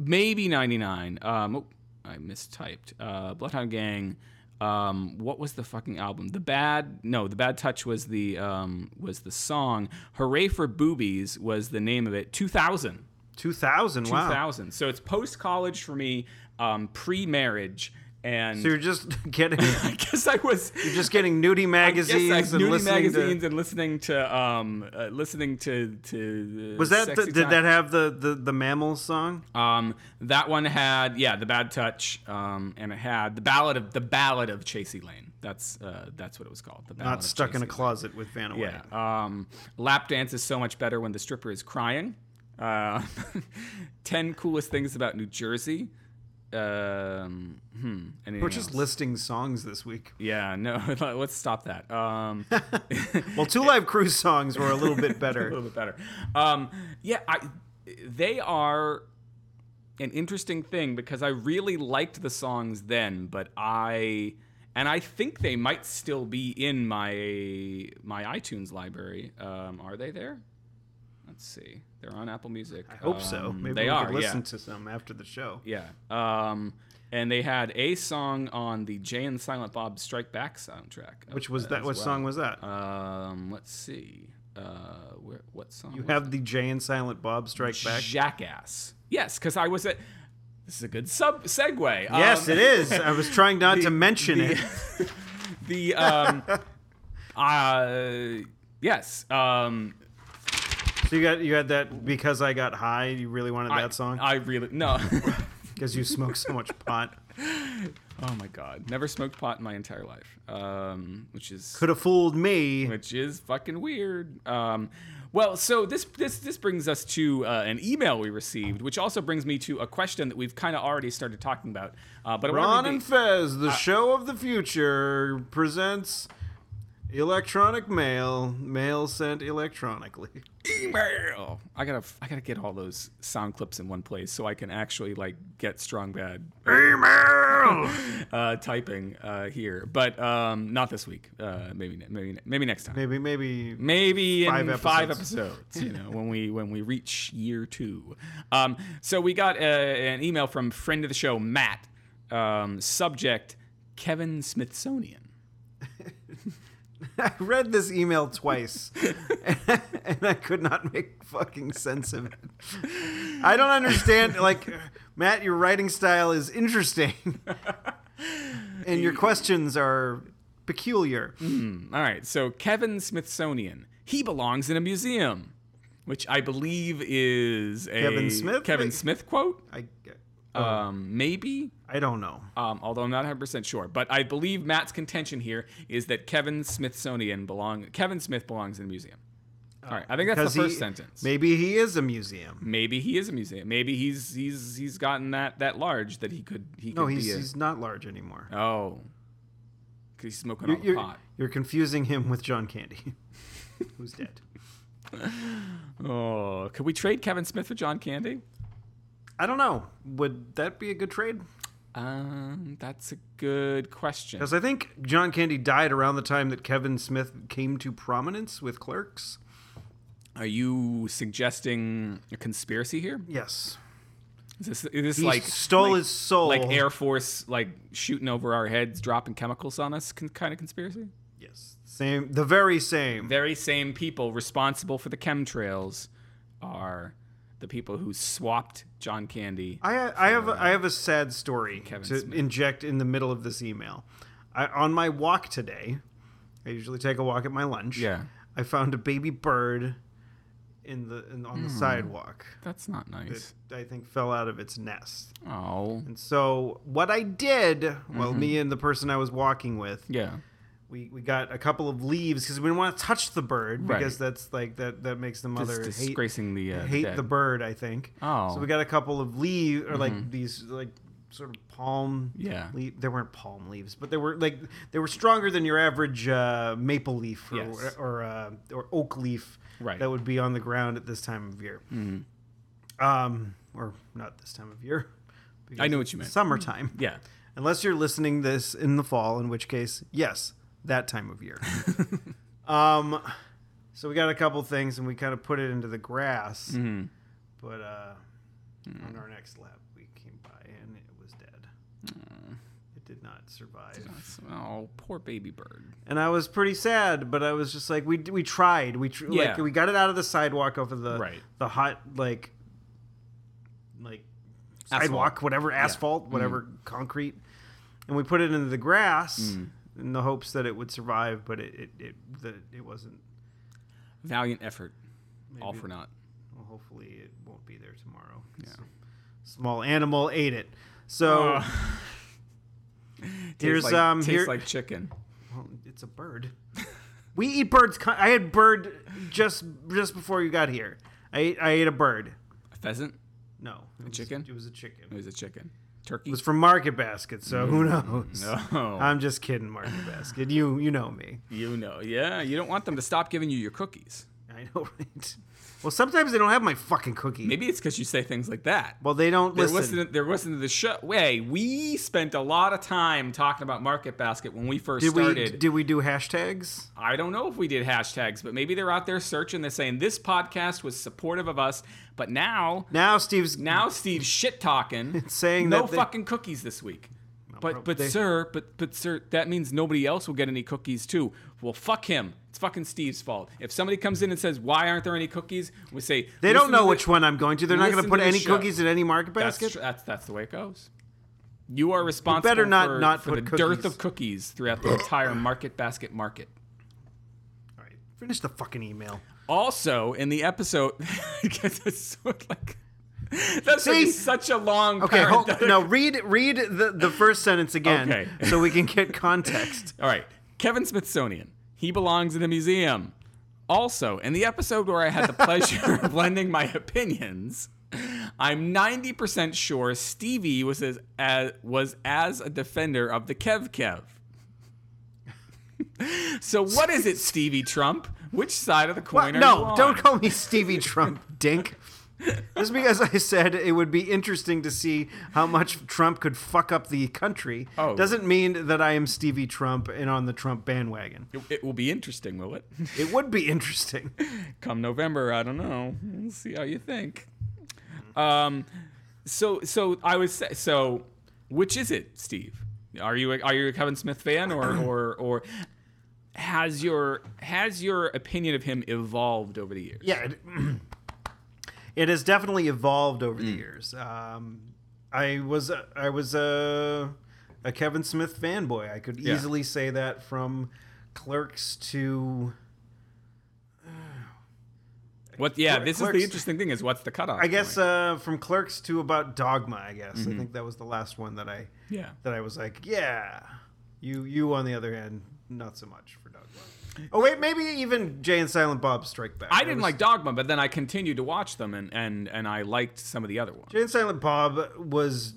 [SPEAKER 1] maybe 99 um oh, i mistyped uh bloodhound gang um what was the fucking album the bad no the bad touch was the um was the song hooray for boobies was the name of it 2000
[SPEAKER 2] 2000. Wow.
[SPEAKER 1] 2000 so it's post college for me um pre-marriage and
[SPEAKER 2] So you're just getting
[SPEAKER 1] i guess i was
[SPEAKER 2] just getting nudie
[SPEAKER 1] Yes, I-
[SPEAKER 2] magazines and
[SPEAKER 1] nudie
[SPEAKER 2] listening
[SPEAKER 1] magazines
[SPEAKER 2] to.
[SPEAKER 1] and listening to um, uh, listening to to uh,
[SPEAKER 2] Was that the,
[SPEAKER 1] Sexy
[SPEAKER 2] did
[SPEAKER 1] Time.
[SPEAKER 2] that have the the the mammals song?
[SPEAKER 1] Um, that one had yeah the bad touch, um, and it had the ballad of the ballad of Chasey Lane. That's uh, that's what it was called. The ballad
[SPEAKER 2] Not
[SPEAKER 1] of
[SPEAKER 2] stuck in a
[SPEAKER 1] Chasey
[SPEAKER 2] closet with Vanna White.
[SPEAKER 1] Lane. Yeah. Um, lap dance is so much better when the stripper is crying. Uh, Ten coolest things about New Jersey. Um, hmm. anything
[SPEAKER 2] We're just
[SPEAKER 1] else?
[SPEAKER 2] listing songs this week.
[SPEAKER 1] yeah. No, let's stop that. Um,
[SPEAKER 2] Well, two live cruise songs were a little bit
[SPEAKER 1] a
[SPEAKER 2] better.
[SPEAKER 1] little bit better. Um, yeah, I, they are an interesting thing because I really liked the songs then, but I and I think they might still be in my my iTunes library. Um, are they there? Let's see. They're on Apple Music.
[SPEAKER 2] I hope so.
[SPEAKER 1] Um,
[SPEAKER 2] Maybe
[SPEAKER 1] they
[SPEAKER 2] we
[SPEAKER 1] are.
[SPEAKER 2] could listen
[SPEAKER 1] yeah.
[SPEAKER 2] to some after the show.
[SPEAKER 1] Yeah. Um, and they had a song on the Jay and Silent Bob Strike Back soundtrack.
[SPEAKER 2] Which was
[SPEAKER 1] as
[SPEAKER 2] that? What
[SPEAKER 1] well.
[SPEAKER 2] song was that?
[SPEAKER 1] Um, let's see. Uh, where, what song?
[SPEAKER 2] you
[SPEAKER 1] was
[SPEAKER 2] have the Jay and Silent Bob Strike Back.
[SPEAKER 1] Jackass. Yes, because I was at. This is a good sub segue. Um,
[SPEAKER 2] Yes, it is. I was trying not to mention it.
[SPEAKER 1] The um, uh, yes. Um,
[SPEAKER 2] So you got you had that because I got high. You really wanted
[SPEAKER 1] I-
[SPEAKER 2] that song
[SPEAKER 1] I really no.
[SPEAKER 2] because you smoke so much pot.
[SPEAKER 1] oh my god, never smoked pot in my entire life. Um, which is
[SPEAKER 2] Could have fooled me.
[SPEAKER 1] which is fucking weird. Um, well, so this this this brings us to uh, an email we received, which also brings me to a question that we've kind of already started talking about. Uh, but I wanna read
[SPEAKER 2] Ron
[SPEAKER 1] the-
[SPEAKER 2] and Fez,
[SPEAKER 1] Uh,
[SPEAKER 2] the show of the future, presents electronic mail. Mail sent electronically.
[SPEAKER 1] email. I gotta, I gotta get all those sound clips in one place so I can actually like get strong bad
[SPEAKER 2] Email.
[SPEAKER 1] uh, typing uh, here, but um, not this week. Uh, maybe, maybe, maybe next time.
[SPEAKER 2] Maybe maybe
[SPEAKER 1] Maybe in
[SPEAKER 2] Five
[SPEAKER 1] five
[SPEAKER 2] episodes.
[SPEAKER 1] episodes, you know, when we when we reach year two. Um, so we got uh an email from friend of the show Matt. Um, subject: Kevin Smithsonian.
[SPEAKER 2] I read this email twice, and I could not make fucking sense of it. I don't understand. Like, Matt, your writing style is interesting, and your questions are peculiar.
[SPEAKER 1] All right, so Kevin Smithsonian. He belongs in a museum, which I believe is a
[SPEAKER 2] Kevin Smith? Oh.
[SPEAKER 1] Kevin Smith quote.
[SPEAKER 2] I,
[SPEAKER 1] Um, maybe,
[SPEAKER 2] I don't know.
[SPEAKER 1] um, although I'm not 100 percent sure. But I believe Matt's contention here is that Kevin Smithsonian belong. Kevin Smith belongs in a museum. All right, I think that's
[SPEAKER 2] Uh, Because
[SPEAKER 1] the first
[SPEAKER 2] he-
[SPEAKER 1] sentence. Maybe,
[SPEAKER 2] Maybe he is a museum.
[SPEAKER 1] he is a museum. Maybe he's he's he's gotten that that large that he could he
[SPEAKER 2] No,
[SPEAKER 1] could
[SPEAKER 2] he's,
[SPEAKER 1] be a,
[SPEAKER 2] he's not large anymore.
[SPEAKER 1] oh, 'Cause he's smoking all
[SPEAKER 2] You're,
[SPEAKER 1] the
[SPEAKER 2] you're,
[SPEAKER 1] Oh, pot.
[SPEAKER 2] you're confusing him with John Candy, who's dead.
[SPEAKER 1] Oh, could we trade Kevin Smith for John Candy?
[SPEAKER 2] I don't know. Would that be a good trade?
[SPEAKER 1] Um, that's a good question.
[SPEAKER 2] Because I think John Candy died around the time that Kevin Smith came to prominence with Clerks.
[SPEAKER 1] Are you suggesting a conspiracy here?
[SPEAKER 2] Yes.
[SPEAKER 1] Is this, is this
[SPEAKER 2] He
[SPEAKER 1] like
[SPEAKER 2] stole
[SPEAKER 1] like-
[SPEAKER 2] his soul.
[SPEAKER 1] like Air Force like shooting over our heads, dropping chemicals on us con- kind of conspiracy?
[SPEAKER 2] Yes. Same. The very same.
[SPEAKER 1] Very same people responsible for the chemtrails are the people who swapped John Candy.
[SPEAKER 2] I, I have I have a sad story to
[SPEAKER 1] Smith.
[SPEAKER 2] inject in the middle of this email. I, on my walk today, I usually take a walk at my lunch.
[SPEAKER 1] Yeah.
[SPEAKER 2] I found a baby bird in the in, on the
[SPEAKER 1] Hmm.
[SPEAKER 2] sidewalk.
[SPEAKER 1] That's not nice.
[SPEAKER 2] I think fell out of its nest.
[SPEAKER 1] Oh.
[SPEAKER 2] And so what I did, well,
[SPEAKER 1] Mm-hmm.
[SPEAKER 2] me and the person I was walking with,
[SPEAKER 1] Yeah.
[SPEAKER 2] we, we got a couple of leaves because we didn't want to touch the bird
[SPEAKER 1] Right.
[SPEAKER 2] because that's like that that makes the
[SPEAKER 1] It's
[SPEAKER 2] mother hate
[SPEAKER 1] disgracing the uh,
[SPEAKER 2] hate
[SPEAKER 1] dead.
[SPEAKER 2] the bird. I think.
[SPEAKER 1] Oh. Mm-hmm.
[SPEAKER 2] So we got a couple of leaves or like these like sort of palm.
[SPEAKER 1] Yeah.
[SPEAKER 2] lea- they weren't palm leaves, but they were like they were stronger than your average uh, maple leaf or
[SPEAKER 1] Yes.
[SPEAKER 2] or, uh, or oak leaf
[SPEAKER 1] Right. Mm-hmm.
[SPEAKER 2] that would be on the ground at this time of year. Um, or not this time of year.
[SPEAKER 1] I know
[SPEAKER 2] because
[SPEAKER 1] what you meant.
[SPEAKER 2] Summertime.
[SPEAKER 1] yeah.
[SPEAKER 2] Unless you're listening this in the fall, in which case, yes, that time of year. um, so we got a couple things, and we kind of put it into the grass.
[SPEAKER 1] Mm.
[SPEAKER 2] But uh, on our next lap, we came by, and it was dead. It did not survive.
[SPEAKER 1] That's- Oh, poor baby bird.
[SPEAKER 2] And I was pretty sad, but I was just like, we we tried. We tr- like
[SPEAKER 1] Yeah.
[SPEAKER 2] we got it out of the sidewalk off of the
[SPEAKER 1] Right.
[SPEAKER 2] the hot like like
[SPEAKER 1] Asphalt. Mm-hmm.
[SPEAKER 2] sidewalk, whatever asphalt, whatever concrete, and we put it into the grass
[SPEAKER 1] Mm.
[SPEAKER 2] in the hopes that it would survive, but it it it, the, it wasn't.
[SPEAKER 1] Valiant effort. All for naught.
[SPEAKER 2] Well, hopefully, it won't be there tomorrow. Yeah. Small animal ate it. So here's
[SPEAKER 1] Oh, tastes like,
[SPEAKER 2] um
[SPEAKER 1] tastes
[SPEAKER 2] here
[SPEAKER 1] like chicken.
[SPEAKER 2] Well, it's a bird. we eat birds. con- I had bird just just before you got here. I ate, I ate a bird.
[SPEAKER 1] A pheasant.
[SPEAKER 2] No, it was-
[SPEAKER 1] chicken?
[SPEAKER 2] It was a chicken.
[SPEAKER 1] It
[SPEAKER 2] It
[SPEAKER 1] was a chicken. Turkey.
[SPEAKER 2] was from Market Basket, so who knows?
[SPEAKER 1] Mm. no.
[SPEAKER 2] I'm just kidding, Market Basket. You you know me.
[SPEAKER 1] you know. Yeah. You don't want them to stop giving you your cookies.
[SPEAKER 2] I know, right? Well, sometimes they don't have my fucking cookie.
[SPEAKER 1] Maybe it's because you say things like that.
[SPEAKER 2] Well, they don't
[SPEAKER 1] They're
[SPEAKER 2] listen.
[SPEAKER 1] listening. They're listening to the show. Hey, we spent a lot of time talking about Market Basket when we first
[SPEAKER 2] Did we
[SPEAKER 1] started.
[SPEAKER 2] did we do hashtags?
[SPEAKER 1] I don't know if we did hashtags, but maybe they're out there searching. They're saying this podcast was supportive of us, but now,
[SPEAKER 2] Now Steve's
[SPEAKER 1] now Steve's shit talking,
[SPEAKER 2] saying
[SPEAKER 1] no
[SPEAKER 2] that they-
[SPEAKER 1] fucking cookies this week. But but
[SPEAKER 2] they-
[SPEAKER 1] sir, but but sir, that means nobody else will get any cookies too. Well, fuck him. It's fucking Steve's fault. If somebody comes in and says why aren't there any cookies, we say
[SPEAKER 2] they don't know which one I'm going to. They're not going
[SPEAKER 1] listen to
[SPEAKER 2] to put
[SPEAKER 1] the
[SPEAKER 2] any
[SPEAKER 1] show.
[SPEAKER 2] cookies in any Market
[SPEAKER 1] That's,
[SPEAKER 2] Basket.
[SPEAKER 1] tr- that's that's the way it goes. You are responsible
[SPEAKER 2] better not-
[SPEAKER 1] for,
[SPEAKER 2] not
[SPEAKER 1] for the
[SPEAKER 2] put
[SPEAKER 1] dearth
[SPEAKER 2] cookies.
[SPEAKER 1] of cookies throughout the entire market basket market.
[SPEAKER 2] All right, finish the fucking email.
[SPEAKER 1] Also, in the episode, because it's sort of like that's like
[SPEAKER 2] See?
[SPEAKER 1] such a long.
[SPEAKER 2] Okay, hold,
[SPEAKER 1] parad-
[SPEAKER 2] no, read read the, the first sentence again
[SPEAKER 1] Okay.
[SPEAKER 2] so we can get context.
[SPEAKER 1] All right, Kevin Smithsonian. He belongs in a museum. Also, in the episode where I had the pleasure of lending my opinions, I'm 90% sure Stevie was as, as was as a defender of the Kev Kev. so what is it, Stevie Trump? Which side of the coin are you
[SPEAKER 2] no,
[SPEAKER 1] on?
[SPEAKER 2] don't call me Stevie Trump, dink. Just because I said it would be interesting to see how much Trump could fuck up the country
[SPEAKER 1] Oh.
[SPEAKER 2] doesn't mean that I am Stevie Trump and on the Trump bandwagon.
[SPEAKER 1] It- it will be interesting, will it?
[SPEAKER 2] It would be interesting.
[SPEAKER 1] come November, I don't know. We'll see how you think. Um, so so I was sa- so, which is it, Steve? Are you a, are you a Kevin Smith fan or or or has your has your opinion of him evolved over the years?
[SPEAKER 2] Yeah, it, it has definitely evolved over
[SPEAKER 1] Mm.
[SPEAKER 2] the years. Um, I was a- I was a a Kevin Smith fanboy. I could
[SPEAKER 1] Yeah.
[SPEAKER 2] easily say that from Clerks to
[SPEAKER 1] What? Yeah.
[SPEAKER 2] Clerks-
[SPEAKER 1] This is the
[SPEAKER 2] Clerks-
[SPEAKER 1] interesting thing is what's the cutoff?
[SPEAKER 2] I guess uh, from Clerks to about Dogma. I guess
[SPEAKER 1] Mm-hmm.
[SPEAKER 2] I think that was the last one that I
[SPEAKER 1] Yeah.
[SPEAKER 2] that I was like, yeah. You you on the other hand, not so much for Dogma. Oh wait, maybe even Jay and Silent Bob Strike Back.
[SPEAKER 1] I didn't
[SPEAKER 2] was-
[SPEAKER 1] like Dogma, but then I continued to watch them and and and I liked some of the other ones.
[SPEAKER 2] Jay and Silent Bob was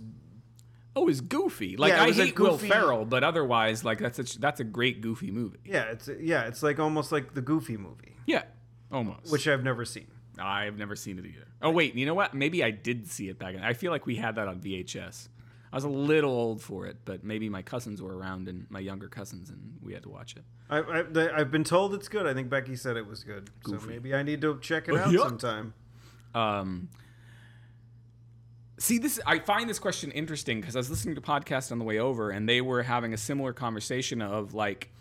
[SPEAKER 1] Oh, it's goofy. Like
[SPEAKER 2] Yeah, it
[SPEAKER 1] I
[SPEAKER 2] was a
[SPEAKER 1] hate Will
[SPEAKER 2] goofy-
[SPEAKER 1] Ferrell, but otherwise, like that's a, that's a great goofy movie.
[SPEAKER 2] yeah, it's yeah, it's like almost like the Goofy movie.
[SPEAKER 1] Yeah, almost.
[SPEAKER 2] which I've never seen.
[SPEAKER 1] I've never seen it either. Oh wait, you know what? Maybe I did see it back. In, I feel like we had that on VHS. I was a little old for it, but maybe my cousins were around and my younger cousins, and we had to watch it.
[SPEAKER 2] I, I, they- I've been told it's good. I think Becky said it was good. So
[SPEAKER 1] Goofy.
[SPEAKER 2] maybe I need to check it
[SPEAKER 1] Uh,
[SPEAKER 2] out
[SPEAKER 1] yup.
[SPEAKER 2] sometime.
[SPEAKER 1] Um, see, this I find this question interesting because I was listening to podcast on the way over, and they were having a similar conversation of like,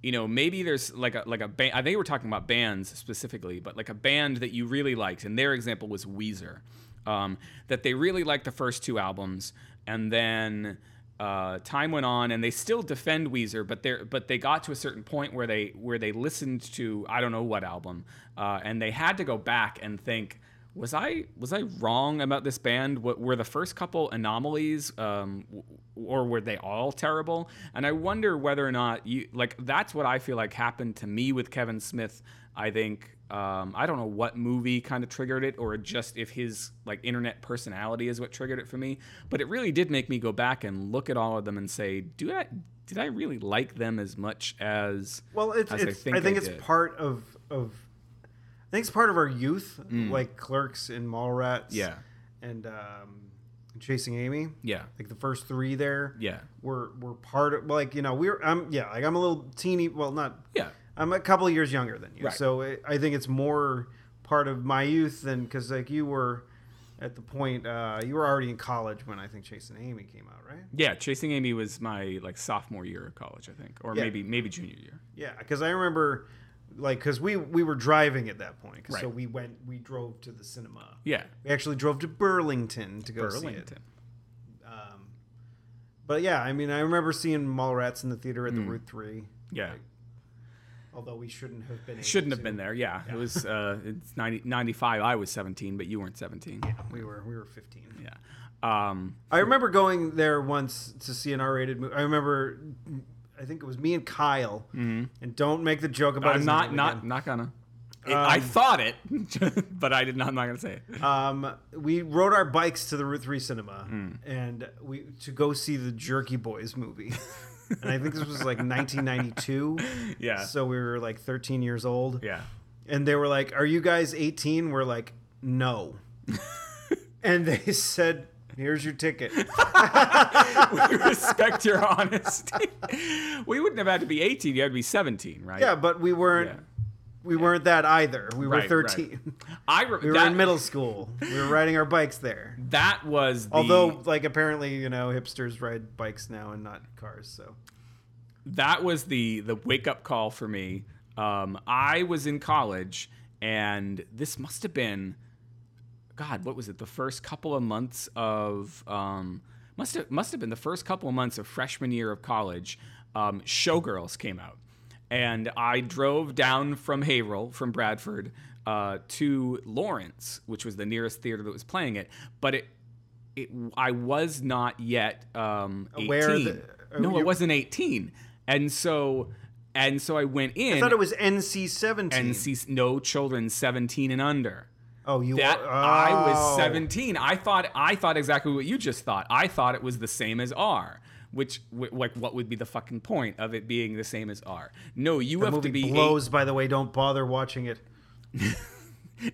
[SPEAKER 1] you know, maybe there's like a like a band. I think we were talking about bands specifically, but like a band that you really liked, and their example was Weezer, um, that they really liked the first two albums, and then. Uh, time went on, and they still defend Weezer, but they are but they got to a certain point where they where they listened to I don't know what album, uh, and they had to go back and think, was I was I wrong about this band? What were the first couple anomalies, um, w- or were they all terrible? And I wonder whether or not you like that's what I feel like happened to me with Kevin Smith. I think um, I don't know what movie kind of triggered it, or just if his like internet personality is what triggered it for me. But it really did make me go back and look at all of them and say, do I did I really like them as much as
[SPEAKER 2] Well, it's,
[SPEAKER 1] as
[SPEAKER 2] it's I think, it's
[SPEAKER 1] did?
[SPEAKER 2] part of of I think it's part of our youth, like Clerks and Mallrats.
[SPEAKER 1] Mm. Yeah.
[SPEAKER 2] and um, Chasing Amy.
[SPEAKER 1] yeah
[SPEAKER 2] Like the first three there.
[SPEAKER 1] yeah
[SPEAKER 2] were were part of like you know we're I'm yeah like I'm a little teeny well not
[SPEAKER 1] yeah
[SPEAKER 2] I'm a couple of years younger than you
[SPEAKER 1] Right.
[SPEAKER 2] so it, I think it's more part of my youth than because like you were at the point uh, you were already in college when I think Chase and Amy came out right
[SPEAKER 1] Yeah, Chasing Amy was my like sophomore year of college, I think, or
[SPEAKER 2] Yeah.
[SPEAKER 1] maybe maybe junior year.
[SPEAKER 2] yeah because I remember like because we we were driving at that point 'cause so
[SPEAKER 1] Right.
[SPEAKER 2] we went we drove to the cinema
[SPEAKER 1] Yeah,
[SPEAKER 2] we actually drove to Burlington to go see it
[SPEAKER 1] Burlington.
[SPEAKER 2] um, but yeah I mean I remember seeing Mallrats in the theater
[SPEAKER 1] Mm.
[SPEAKER 2] at the Route Three
[SPEAKER 1] Yeah,
[SPEAKER 2] although we shouldn't have been able
[SPEAKER 1] shouldn't have
[SPEAKER 2] to.
[SPEAKER 1] been there. Yeah, it was. Uh, it's 90, 95. I was seventeen, but you weren't seventeen.
[SPEAKER 2] We were we were 15.
[SPEAKER 1] Yeah. Um,
[SPEAKER 2] I remember going there once to see an R-rated movie. I remember, I think it was me and Kyle. And don't make the joke about
[SPEAKER 1] Mm-hmm. I'm not
[SPEAKER 2] his name
[SPEAKER 1] not
[SPEAKER 2] again.
[SPEAKER 1] not gonna. It, I thought it, but I did not. I'm not gonna say it.
[SPEAKER 2] Um, we rode our bikes to the Route Three Cinema,
[SPEAKER 1] Mm.
[SPEAKER 2] and we to go see the Jerky Boys movie. and I think this was like 1992.
[SPEAKER 1] Yeah.
[SPEAKER 2] So we were like 13 years old.
[SPEAKER 1] yeah.
[SPEAKER 2] And they were like, "Are you guys 18?" We're like, "No." and they said, "Here's your ticket."
[SPEAKER 1] we respect your honesty. we wouldn't have had to be 18. You had to be 17, right?
[SPEAKER 2] Yeah, but we weren't.
[SPEAKER 1] Yeah.
[SPEAKER 2] We weren't that either. We were
[SPEAKER 1] Right, right.
[SPEAKER 2] 13.
[SPEAKER 1] I re-
[SPEAKER 2] We were
[SPEAKER 1] that,
[SPEAKER 2] in middle school. We were riding our bikes there.
[SPEAKER 1] That was the,
[SPEAKER 2] Although, like, apparently, you know, hipsters ride bikes now and not cars. So,
[SPEAKER 1] that was the the wake up call for me. Um, I was in college, and this must have been, God, what was it? The first couple of months of um, must have must have been the first couple of months of freshman year of college. Um, Showgirls came out, and I drove down from Haverhill from Bradford uh, to Lawrence, which was the nearest theater that was playing it. But it. It, I was not yet um,
[SPEAKER 2] Aware
[SPEAKER 1] 18.
[SPEAKER 2] that-
[SPEAKER 1] no,
[SPEAKER 2] you-
[SPEAKER 1] it wasn't 18. And so and so I went in
[SPEAKER 2] I thought it was NC 17.
[SPEAKER 1] and see no children 17 and under.
[SPEAKER 2] oh, you
[SPEAKER 1] That
[SPEAKER 2] are-
[SPEAKER 1] I was
[SPEAKER 2] oh.
[SPEAKER 1] 17. I thought I thought exactly what you just thought. I thought it was the same as R, which w- like what would be the fucking point of it being the same as R? No, you
[SPEAKER 2] The
[SPEAKER 1] have to
[SPEAKER 2] movie
[SPEAKER 1] be
[SPEAKER 2] blows, by the way. Don't bother watching it.
[SPEAKER 1] eight-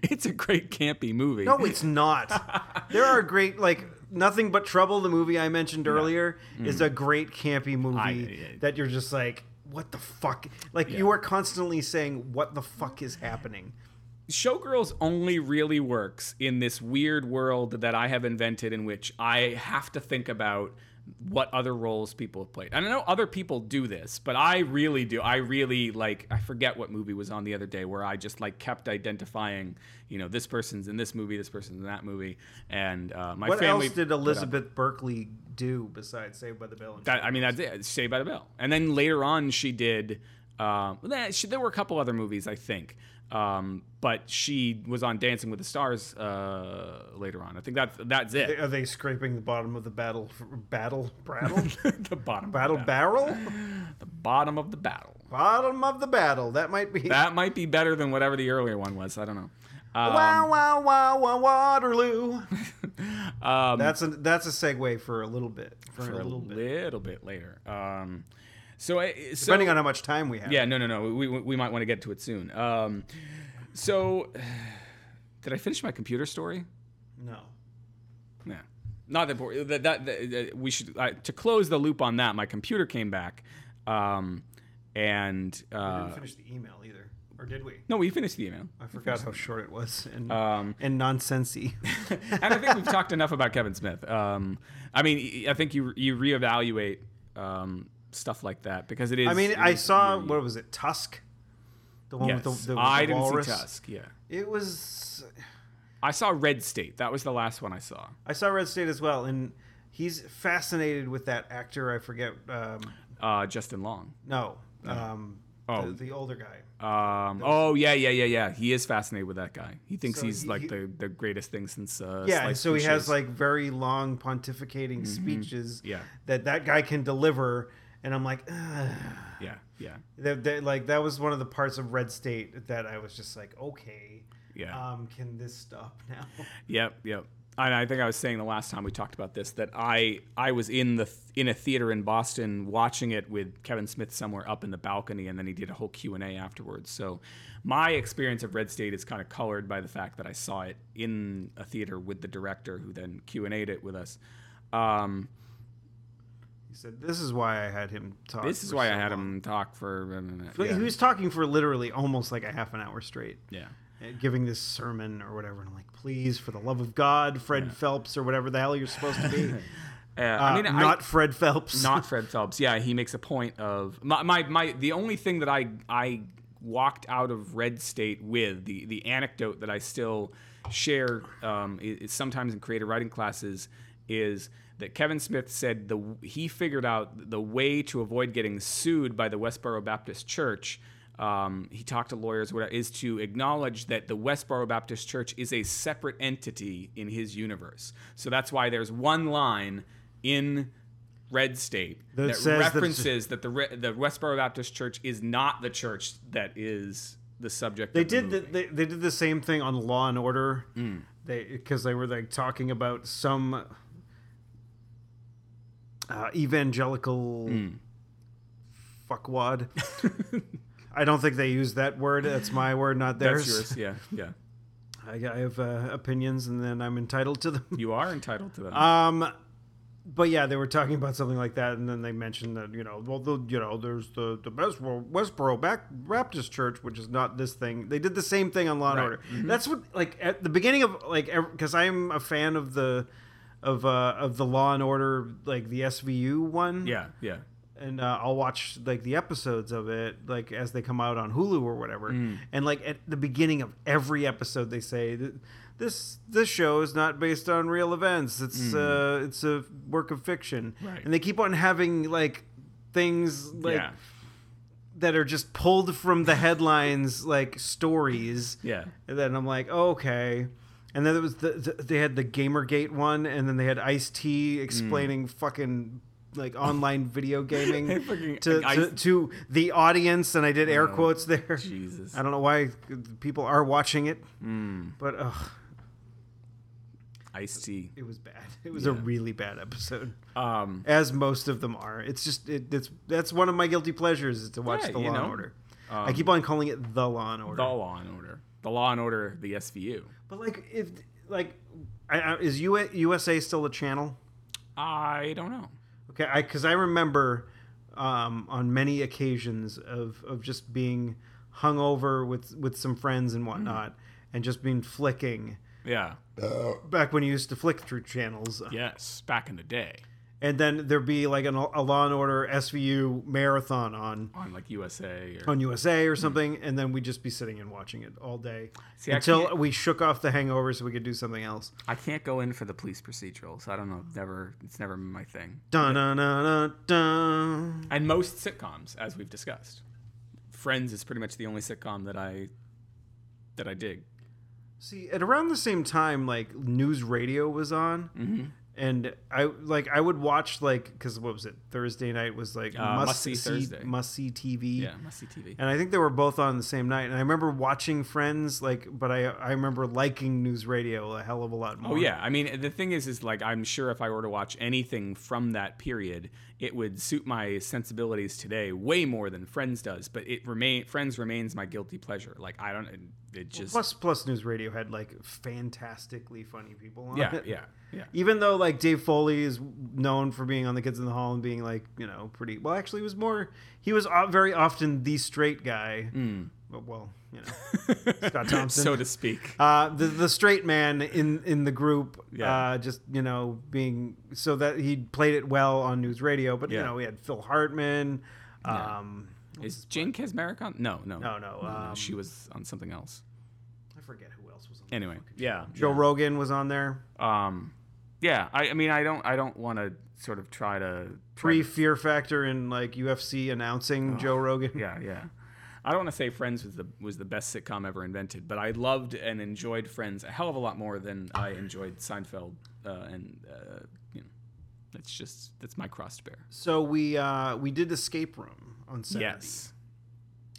[SPEAKER 1] It's a great campy movie.
[SPEAKER 2] No, it's not. there are great, like, Nothing But Trouble, the movie I mentioned earlier, is a great campy movie
[SPEAKER 1] Mm. I-
[SPEAKER 2] that you're just like, what the fuck? Like, you are constantly saying, what the fuck is happening?
[SPEAKER 1] Showgirls only really works in this weird world that I have invented in which I have to think about what other roles people have played. And I know other people do this, but I really do. I really like I forget what movie was on the other day where I just like kept identifying, you know, this person's in this movie, this person's in that movie, and uh, my
[SPEAKER 2] What
[SPEAKER 1] family
[SPEAKER 2] else did Elizabeth Berkley do besides Saved by the Bell? And
[SPEAKER 1] that I mean that's it. Saved by the Bell. And then later on, she did. Um, that she, there were a couple other movies, I think. Um, but she was on Dancing with the Stars uh, later on. I think that's that's it.
[SPEAKER 2] Are they scraping the bottom of the battle? Battle? Brattle?
[SPEAKER 1] the bottom
[SPEAKER 2] battle
[SPEAKER 1] of the
[SPEAKER 2] barrel?
[SPEAKER 1] the bottom of the battle.
[SPEAKER 2] Bottom of the battle. That might be.
[SPEAKER 1] That might be better than whatever the earlier one was. I don't know. Um,
[SPEAKER 2] wow, wow, wow, wow, Waterloo. that's a that's a segue for a little bit. For,
[SPEAKER 1] Um, for
[SPEAKER 2] a little bit.
[SPEAKER 1] bit later. Um, so, I- so
[SPEAKER 2] Depending on how much time we have.
[SPEAKER 1] Yeah, no, no, no. We, we, we might want to get to it soon. Um, so, did I finish my computer story?
[SPEAKER 2] No.
[SPEAKER 1] Yeah. not that important. That, that, that- that- we should I, to close the loop on that. My computer came back, um, and
[SPEAKER 2] We
[SPEAKER 1] uh,
[SPEAKER 2] didn't finish the email either, or did we?
[SPEAKER 1] no, we finished Um, the email.
[SPEAKER 2] I forgot how short it was and and nonsensy.
[SPEAKER 1] and I think we've talked enough about Kevin Smith. Um, I mean, I think you you reevaluate um, stuff like that because it is.
[SPEAKER 2] I mean,
[SPEAKER 1] it
[SPEAKER 2] I
[SPEAKER 1] is
[SPEAKER 2] saw
[SPEAKER 1] eerie.
[SPEAKER 2] what was it, Tusk, the one
[SPEAKER 1] Yes,
[SPEAKER 2] with the, the, with
[SPEAKER 1] I
[SPEAKER 2] the
[SPEAKER 1] didn't
[SPEAKER 2] walrus.
[SPEAKER 1] see Tusk. Yeah,
[SPEAKER 2] It was.
[SPEAKER 1] I saw Red State. That was the last one I saw.
[SPEAKER 2] I saw Red State as well, and he's fascinated with that actor. I forget. Um,
[SPEAKER 1] Uh, Justin Long.
[SPEAKER 2] no, um,
[SPEAKER 1] Oh.
[SPEAKER 2] the, the older guy.
[SPEAKER 1] Um, oh yeah, yeah, yeah, yeah. He is fascinated with that guy. He thinks
[SPEAKER 2] So
[SPEAKER 1] he's
[SPEAKER 2] he-
[SPEAKER 1] like
[SPEAKER 2] he-
[SPEAKER 1] the, the greatest thing since. Uh,
[SPEAKER 2] yeah, and
[SPEAKER 1] sliced
[SPEAKER 2] so he
[SPEAKER 1] peaches.
[SPEAKER 2] has like very long pontificating speeches.
[SPEAKER 1] Mm-hmm. Yeah.
[SPEAKER 2] that that guy can deliver, and I'm like, Ugh.
[SPEAKER 1] Yeah, yeah,
[SPEAKER 2] That, that- like that was one of the parts of Red State that I was just like, okay,
[SPEAKER 1] yeah.
[SPEAKER 2] um, can this stop now?
[SPEAKER 1] Yep, yep. And I think I was saying the last time we talked about this that I I was in the in a theater in Boston watching it with Kevin Smith somewhere up in the balcony, and then he did a whole Q and A afterwards. So my experience of Red State is kind of colored by the fact that I saw it in a theater with the director, who then Q and A'd it with us. Um,
[SPEAKER 2] He said, "This is why I had him talk."
[SPEAKER 1] this is
[SPEAKER 2] for
[SPEAKER 1] why
[SPEAKER 2] so
[SPEAKER 1] I had
[SPEAKER 2] long."
[SPEAKER 1] him talk for.
[SPEAKER 2] But
[SPEAKER 1] Yeah.
[SPEAKER 2] he was talking for literally almost like a half an hour straight,
[SPEAKER 1] yeah.
[SPEAKER 2] eh, giving this sermon or whatever. And I'm like, please, for the love of God, Fred Phelps or whatever the hell you're supposed to be.
[SPEAKER 1] Uh, I
[SPEAKER 2] I
[SPEAKER 1] mean,
[SPEAKER 2] mean,
[SPEAKER 1] I-
[SPEAKER 2] not Fred Phelps.
[SPEAKER 1] not Fred Phelps. Yeah, he makes a point of my, my my the only thing that I I walked out of Red State with the the anecdote that I still share um, i- is sometimes in creative writing classes is that Kevin Smith said the he figured out the way to avoid getting sued by the Westboro Baptist Church. Um, he talked to lawyers. What is to acknowledge that the Westboro Baptist Church is a separate entity in his universe. So that's why there's one line in red state that,
[SPEAKER 2] That says that it's-
[SPEAKER 1] references that, the re- the Westboro Baptist Church is not the church that is the subject.
[SPEAKER 2] They
[SPEAKER 1] of the
[SPEAKER 2] did. The,
[SPEAKER 1] movie. Mm.
[SPEAKER 2] they, they did the same thing on Law and Order. They because they were like talking about some uh, evangelical
[SPEAKER 1] Mm.
[SPEAKER 2] fuckwad. I don't think they used that word. That's my word, not
[SPEAKER 1] That's
[SPEAKER 2] theirs.
[SPEAKER 1] yours. Yeah, yeah.
[SPEAKER 2] I, I have uh, opinions, and then I'm entitled to them.
[SPEAKER 1] You are entitled to that.
[SPEAKER 2] Um, but yeah, they were talking about something like that, and then they mentioned that you know, well, the, you know, there's the the Westboro, Westboro back Baptist Church, which is not this thing. They did the same thing on Law
[SPEAKER 1] Right.
[SPEAKER 2] and Order. That's what like at the beginning of like because I'm a fan of the of uh of the Law and Order like the SVU one.
[SPEAKER 1] yeah, yeah.
[SPEAKER 2] and uh, I'll watch like the episodes of it like as they come out on Hulu or whatever.
[SPEAKER 1] Mm.
[SPEAKER 2] And like at the beginning of every episode, they say that this this show is not based on real events. It's uh, it's a work of fiction.
[SPEAKER 1] Mm. Right.
[SPEAKER 2] And they keep on having like things like
[SPEAKER 1] yeah,
[SPEAKER 2] that are just pulled from the headlines like stories.
[SPEAKER 1] yeah.
[SPEAKER 2] And then I'm like, oh, okay. And then it was the, the they had the GamerGate one, and then they had Ice T
[SPEAKER 1] Mm.
[SPEAKER 2] explaining fucking like online video gaming
[SPEAKER 1] fucking-
[SPEAKER 2] to,
[SPEAKER 1] Ice- Oh,
[SPEAKER 2] to to the audience, and I did air quotes there.
[SPEAKER 1] Jesus. Mm.
[SPEAKER 2] I don't know why people are watching it, but ugh,
[SPEAKER 1] Ice tea.
[SPEAKER 2] it was bad. It was a really bad episode,
[SPEAKER 1] Um,
[SPEAKER 2] as most of them are. It's just it, it's that's one of my guilty pleasures is to watch
[SPEAKER 1] Yeah,
[SPEAKER 2] the
[SPEAKER 1] you
[SPEAKER 2] Law and
[SPEAKER 1] know. Um,
[SPEAKER 2] Order. I keep on calling it the Law and Order.
[SPEAKER 1] the Law and Order. The Law and Order. The SVU.
[SPEAKER 2] But like, if like, I, I, is U- USA still a channel?
[SPEAKER 1] I don't know.
[SPEAKER 2] Okay, I because I remember um, on many occasions of of just being hungover with with some friends and
[SPEAKER 1] Mm-hmm.
[SPEAKER 2] whatnot, and just being flicking
[SPEAKER 1] Yeah.
[SPEAKER 2] back when you used to flick through channels,
[SPEAKER 1] Yes. Back in the day,
[SPEAKER 2] and then there'd be like an, a Law and Order SVU marathon on
[SPEAKER 1] on like USA or
[SPEAKER 2] on USA or something, and then we'd just be sitting and watching it all day
[SPEAKER 1] Mm-hmm. See, I
[SPEAKER 2] until
[SPEAKER 1] can't-
[SPEAKER 2] we shook off the hangover so we could do something else.
[SPEAKER 1] I can't go in for the police procedural, so I don't know. Never. It's never my thing.
[SPEAKER 2] Dun dun dun dun. dun.
[SPEAKER 1] and most sitcoms, as we've discussed. Friends is pretty much the only sitcom that I that I dig.
[SPEAKER 2] See, at around the same time, like news radio was on,
[SPEAKER 1] Mm-hmm.
[SPEAKER 2] and I like I would watch like because what was it Thursday night was like
[SPEAKER 1] Uh,
[SPEAKER 2] must,
[SPEAKER 1] Must See
[SPEAKER 2] see
[SPEAKER 1] Thursday.
[SPEAKER 2] must see TV,
[SPEAKER 1] Yeah, must see TV.
[SPEAKER 2] and I think they were both on the same night. And I remember watching Friends, like, but I I remember liking news radio a hell of a lot more.
[SPEAKER 1] Oh yeah, I mean the thing is, is like I'm sure if I were to watch anything from that period, it would suit my sensibilities today way more than Friends does. But it remain Friends remains my guilty pleasure. Like I don't It just
[SPEAKER 2] Plus, Plus News Radio had like fantastically funny people on
[SPEAKER 1] yeah,
[SPEAKER 2] it.
[SPEAKER 1] yeah, yeah.
[SPEAKER 2] Even though like Dave Foley is known for being on the Kids in the Hall and being like you know pretty well, actually he was more he was o- very often the straight guy.
[SPEAKER 1] Mm.
[SPEAKER 2] But, well, you know, Scott Thompson.
[SPEAKER 1] so to speak.
[SPEAKER 2] uh, the the straight man in in the group,
[SPEAKER 1] Yeah.
[SPEAKER 2] uh, just you know being so that he played it well on news radio. But you
[SPEAKER 1] Yeah.
[SPEAKER 2] know we had Phil Hartman. Um,
[SPEAKER 1] Is Jane Kazmarek on? No, no,
[SPEAKER 2] No, no, um,
[SPEAKER 1] Mm, she was on something else.
[SPEAKER 2] I forget who else was on.
[SPEAKER 1] Anyway, yeah,
[SPEAKER 2] Joe Rogan was on there.
[SPEAKER 1] Um, yeah. I, I mean, I don't, I don't want to sort of try to try
[SPEAKER 2] Pre Fear Factor and like UFC announcing Joe Rogan.
[SPEAKER 1] Oh, yeah, yeah. I don't want to say Friends was the was the best sitcom ever invented, but I loved and enjoyed Friends a hell of a lot more than I enjoyed Seinfeld. Uh, and uh, you know, that's just that's my cross to bear.
[SPEAKER 2] So we uh, we did escape room on Saturday.
[SPEAKER 1] Yes.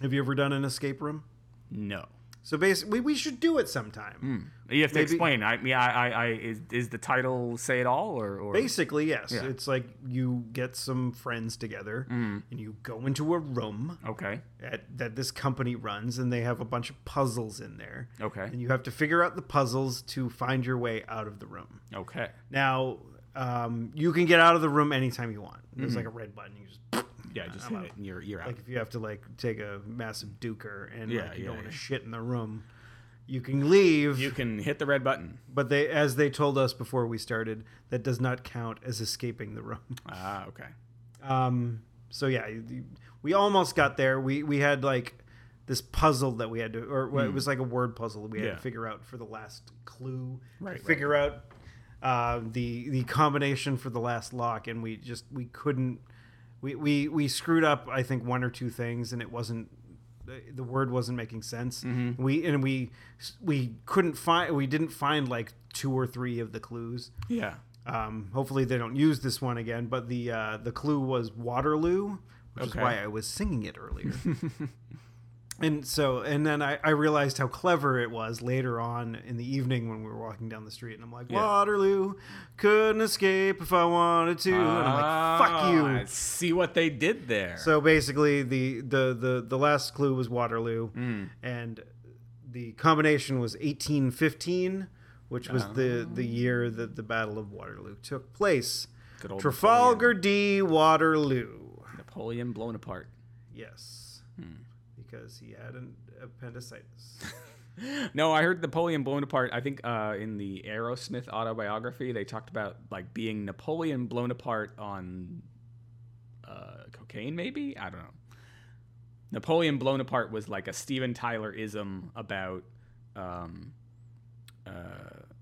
[SPEAKER 2] Have you ever done an escape room?
[SPEAKER 1] No.
[SPEAKER 2] So basically, we should do it sometime.
[SPEAKER 1] Hmm. You have to
[SPEAKER 2] Maybe-
[SPEAKER 1] explain. I mean, I, I, I is, is the title say it all or, or
[SPEAKER 2] Basically, yes.
[SPEAKER 1] Yeah. Hmm.
[SPEAKER 2] It's like you get some friends together and you go into a room
[SPEAKER 1] okay,
[SPEAKER 2] at, that this company runs, and they have a bunch of puzzles in there.
[SPEAKER 1] okay,
[SPEAKER 2] And you have to figure out the puzzles to find your way out of the room.
[SPEAKER 1] okay,
[SPEAKER 2] Now, um, you can get out of the room anytime you want.
[SPEAKER 1] Hmm.
[SPEAKER 2] There's like a red button. You just
[SPEAKER 1] yeah, just hit it and you're you're out.
[SPEAKER 2] like if you have to like take a massive duker and
[SPEAKER 1] Yeah,
[SPEAKER 2] like, you
[SPEAKER 1] yeah,
[SPEAKER 2] don't want
[SPEAKER 1] yeah.
[SPEAKER 2] to shit in the room, you can leave.
[SPEAKER 1] you can hit the red button.
[SPEAKER 2] but they, as they told us before we started, that does not count as escaping the room.
[SPEAKER 1] Ah, okay.
[SPEAKER 2] Um, so yeah, you- you- we almost got there. We we had like this puzzle that we had to, or well, it was like a word puzzle that we had
[SPEAKER 1] Yeah.
[SPEAKER 2] to figure out for the last clue.
[SPEAKER 1] Right, right,
[SPEAKER 2] to figure out uh, the the combination for the last lock, and we just we couldn't. We, we we screwed up. I think one or two things, and it wasn't. the- The word wasn't making sense. We and we we couldn't find. We didn't find like two or three of the clues.
[SPEAKER 1] Yeah.
[SPEAKER 2] Um, hopefully they don't use this one again, but the uh, the clue was Waterloo, which is
[SPEAKER 1] Okay.
[SPEAKER 2] why I was singing it earlier. and so, and then I, I realized how clever it was later on in the evening when we were walking down the street, and I'm like,
[SPEAKER 1] Yeah.
[SPEAKER 2] Waterloo, couldn't escape if I wanted to, and I'm
[SPEAKER 1] Ah,
[SPEAKER 2] like,
[SPEAKER 1] I
[SPEAKER 2] fuck you.
[SPEAKER 1] see what they did there.
[SPEAKER 2] So basically, the the the the last clue was Waterloo, and the combination was 1815, which was the the year that the Battle of Waterloo took place.
[SPEAKER 1] Good old
[SPEAKER 2] Trafalgar D. Waterloo.
[SPEAKER 1] Napoleon blown apart.
[SPEAKER 2] Yes. Because he had an appendicitis.
[SPEAKER 1] No, I heard Napoleon blown apart. I think uh, in the Aerosmith autobiography, they talked about like being Napoleon blown apart on uh, cocaine, maybe. I don't know. Napoleon blown apart was like a Steven Tyler ism about um, uh,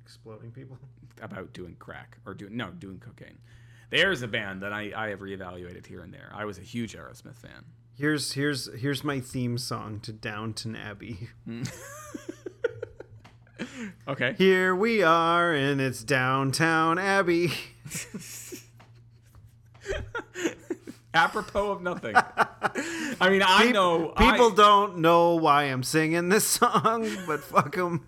[SPEAKER 2] Exploding people.
[SPEAKER 1] about doing crack or doing no doing cocaine. There's a band that I, I have reevaluated here and there. I was a huge Aerosmith fan.
[SPEAKER 2] Here's here's here's my theme song to Downton Abbey.
[SPEAKER 1] Okay.
[SPEAKER 2] Here we are and it's downtown Abbey.
[SPEAKER 1] Apropos of nothing. I mean, I know I-
[SPEAKER 2] People don't know why I'm singing this song, but fuck them.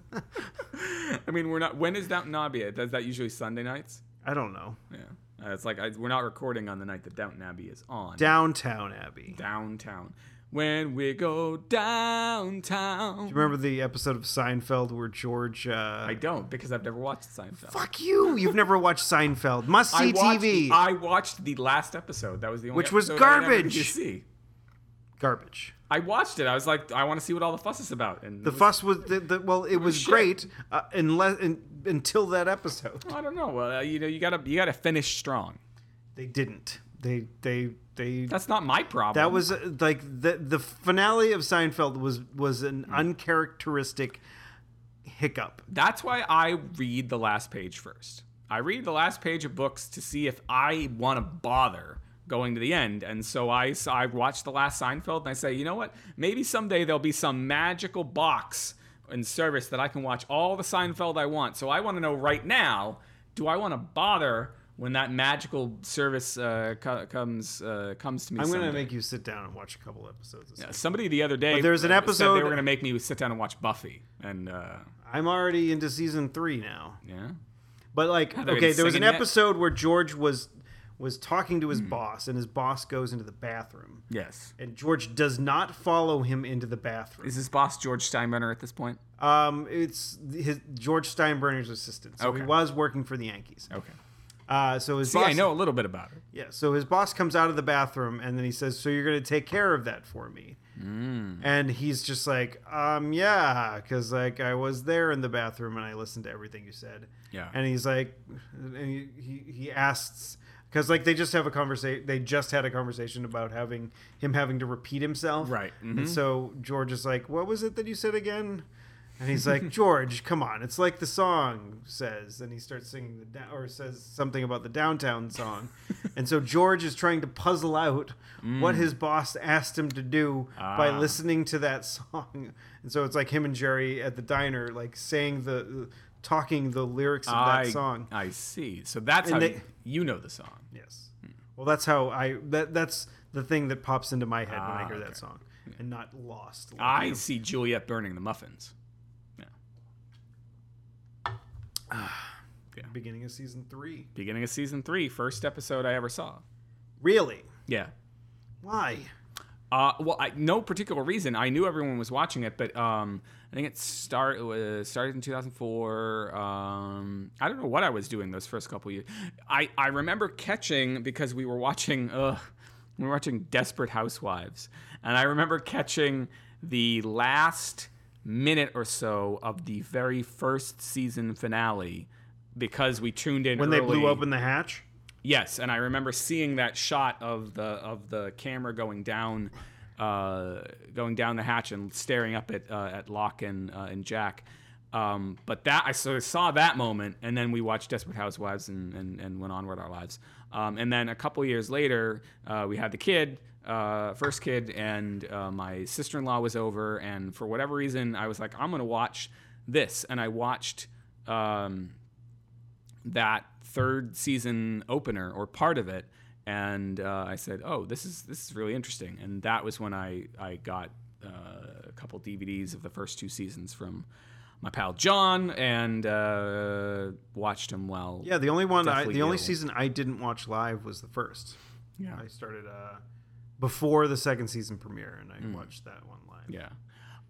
[SPEAKER 1] I mean, we're not. When is Downton Abbey? Does that usually Sunday nights?
[SPEAKER 2] I don't know.
[SPEAKER 1] Yeah, uh, it's like I, we're not recording on the night that Downton Abbey is on.
[SPEAKER 2] Downtown Abbey.
[SPEAKER 1] downtown. When we go downtown.
[SPEAKER 2] Remember the episode of Seinfeld where George uh,
[SPEAKER 1] I don't because I've never watched Seinfeld.
[SPEAKER 2] Fuck you. You've never watched Seinfeld. Must
[SPEAKER 1] I
[SPEAKER 2] see
[SPEAKER 1] watched,
[SPEAKER 2] TV.
[SPEAKER 1] I watched the last episode. That was the only
[SPEAKER 2] Which was
[SPEAKER 1] episode I had ever
[SPEAKER 2] garbage.
[SPEAKER 1] to see.
[SPEAKER 2] Garbage.
[SPEAKER 1] I watched it. I was like, I want to see what all the fuss is about. And
[SPEAKER 2] The
[SPEAKER 1] it was-
[SPEAKER 2] fuss was the, the well. It was
[SPEAKER 1] Oh, shit.
[SPEAKER 2] great uh, unless in, until that episode.
[SPEAKER 1] I don't know. Uh, you know, you gotta you gotta finish strong.
[SPEAKER 2] They didn't. They they they.
[SPEAKER 1] That's not my problem.
[SPEAKER 2] that was uh, like the the finale of Seinfeld was was an
[SPEAKER 1] Hmm.
[SPEAKER 2] uncharacteristic hiccup.
[SPEAKER 1] That's why I read the last page first. I read the last page of books to see if I want to bother going to the end. And so I, so I watched the last Seinfeld and I say, you know what? Maybe someday there'll be some magical box and service that I can watch all the Seinfeld I want. So I want to know right now do I want to bother when that magical service uh, co- comes uh, comes to me?
[SPEAKER 2] I'm
[SPEAKER 1] someday?
[SPEAKER 2] gonna make you sit down and watch a couple episodes. Of Seinfeld.
[SPEAKER 1] Somebody the other day
[SPEAKER 2] there's an
[SPEAKER 1] uh, said they
[SPEAKER 2] episode-
[SPEAKER 1] were going to make me sit down and watch Buffy. And uh,
[SPEAKER 2] I'm already into season three now.
[SPEAKER 1] yeah.
[SPEAKER 2] But like,
[SPEAKER 1] they're
[SPEAKER 2] okay,
[SPEAKER 1] in
[SPEAKER 2] there was an
[SPEAKER 1] singing yet? Hmm.
[SPEAKER 2] episode where George was was talking to his boss, and his boss goes into the bathroom,
[SPEAKER 1] Yes.
[SPEAKER 2] and George does not follow him into the bathroom.
[SPEAKER 1] Is his boss George Steinbrenner at this point?
[SPEAKER 2] Um, it's his George Steinbrenner's assistant. So he
[SPEAKER 1] Okay.
[SPEAKER 2] was working for the Yankees.
[SPEAKER 1] Okay.
[SPEAKER 2] Uh, so his
[SPEAKER 1] See,
[SPEAKER 2] boss,
[SPEAKER 1] I know a little bit about it.
[SPEAKER 2] Yeah. So his boss comes out of the bathroom and then he says, "So you're going to take care of that for me?" And he's just like, "Um, yeah, because like I was there in the bathroom and I listened to everything you said."
[SPEAKER 1] Yeah.
[SPEAKER 2] And he's like, and he he, he asks. Because like they just have a conversation, they just had a conversation about having him having to repeat himself,
[SPEAKER 1] Right, mhm.
[SPEAKER 2] And so George is like, "What was it that you said again?" And he's like, George, come on, it's like the song says. And he starts singing the down or says something about the downtown song. and so George is trying to puzzle out what his boss asked him to do by
[SPEAKER 1] Mm. Ah.
[SPEAKER 2] listening to that song. And so it's like him and Jerry at the diner, like saying the talking the lyrics of
[SPEAKER 1] I,
[SPEAKER 2] that song.
[SPEAKER 1] I see. So that's
[SPEAKER 2] And
[SPEAKER 1] how
[SPEAKER 2] they-
[SPEAKER 1] you, you know the song.
[SPEAKER 2] Yes.
[SPEAKER 1] Hmm.
[SPEAKER 2] Well, that's how I that that's the thing that pops into my head when I
[SPEAKER 1] Ah,
[SPEAKER 2] hear
[SPEAKER 1] okay.
[SPEAKER 2] that song, and not lost. like
[SPEAKER 1] I
[SPEAKER 2] you.
[SPEAKER 1] see Juliet burning the muffins.
[SPEAKER 2] beginning of season three.
[SPEAKER 1] Beginning of season three, first episode I ever saw.
[SPEAKER 2] Really?
[SPEAKER 1] Yeah.
[SPEAKER 2] Why?
[SPEAKER 1] Uh, well, I, no particular reason. I knew everyone was watching it, but um, I think it start it was, started in 2004. Um, I don't know what I was doing those first couple years. I, I remember catching because we were watching ugh, we were watching Desperate Housewives, and I remember catching the last minute or so of the very first season finale because we tuned in
[SPEAKER 2] When they blew
[SPEAKER 1] early.
[SPEAKER 2] open the hatch?
[SPEAKER 1] Yes, and I remember seeing that shot of the of the camera going down, uh, going down the hatch and staring up at uh, at Locke and uh, and Jack. Um, but that I sort of saw that moment, and then we watched Desperate Housewives and and, and went on with our lives. Um, and then a couple years later, uh, we had the kid, uh, first kid, and uh, my sister in law was over, and for whatever reason, I was like, I'm gonna watch this, and I watched. Um, that third season opener or part of it, and uh, I said, "Oh, this is this is really interesting." And that was when I I got uh, a couple DVDs of the first two seasons from my pal John and uh, watched him while
[SPEAKER 2] Yeah, the only one, I,
[SPEAKER 1] Definitely
[SPEAKER 2] the only
[SPEAKER 1] doable.
[SPEAKER 2] season I didn't watch live was the first.
[SPEAKER 1] yeah.
[SPEAKER 2] I started uh, before the second season premiere, and I
[SPEAKER 1] Hmm.
[SPEAKER 2] watched that one live.
[SPEAKER 1] yeah.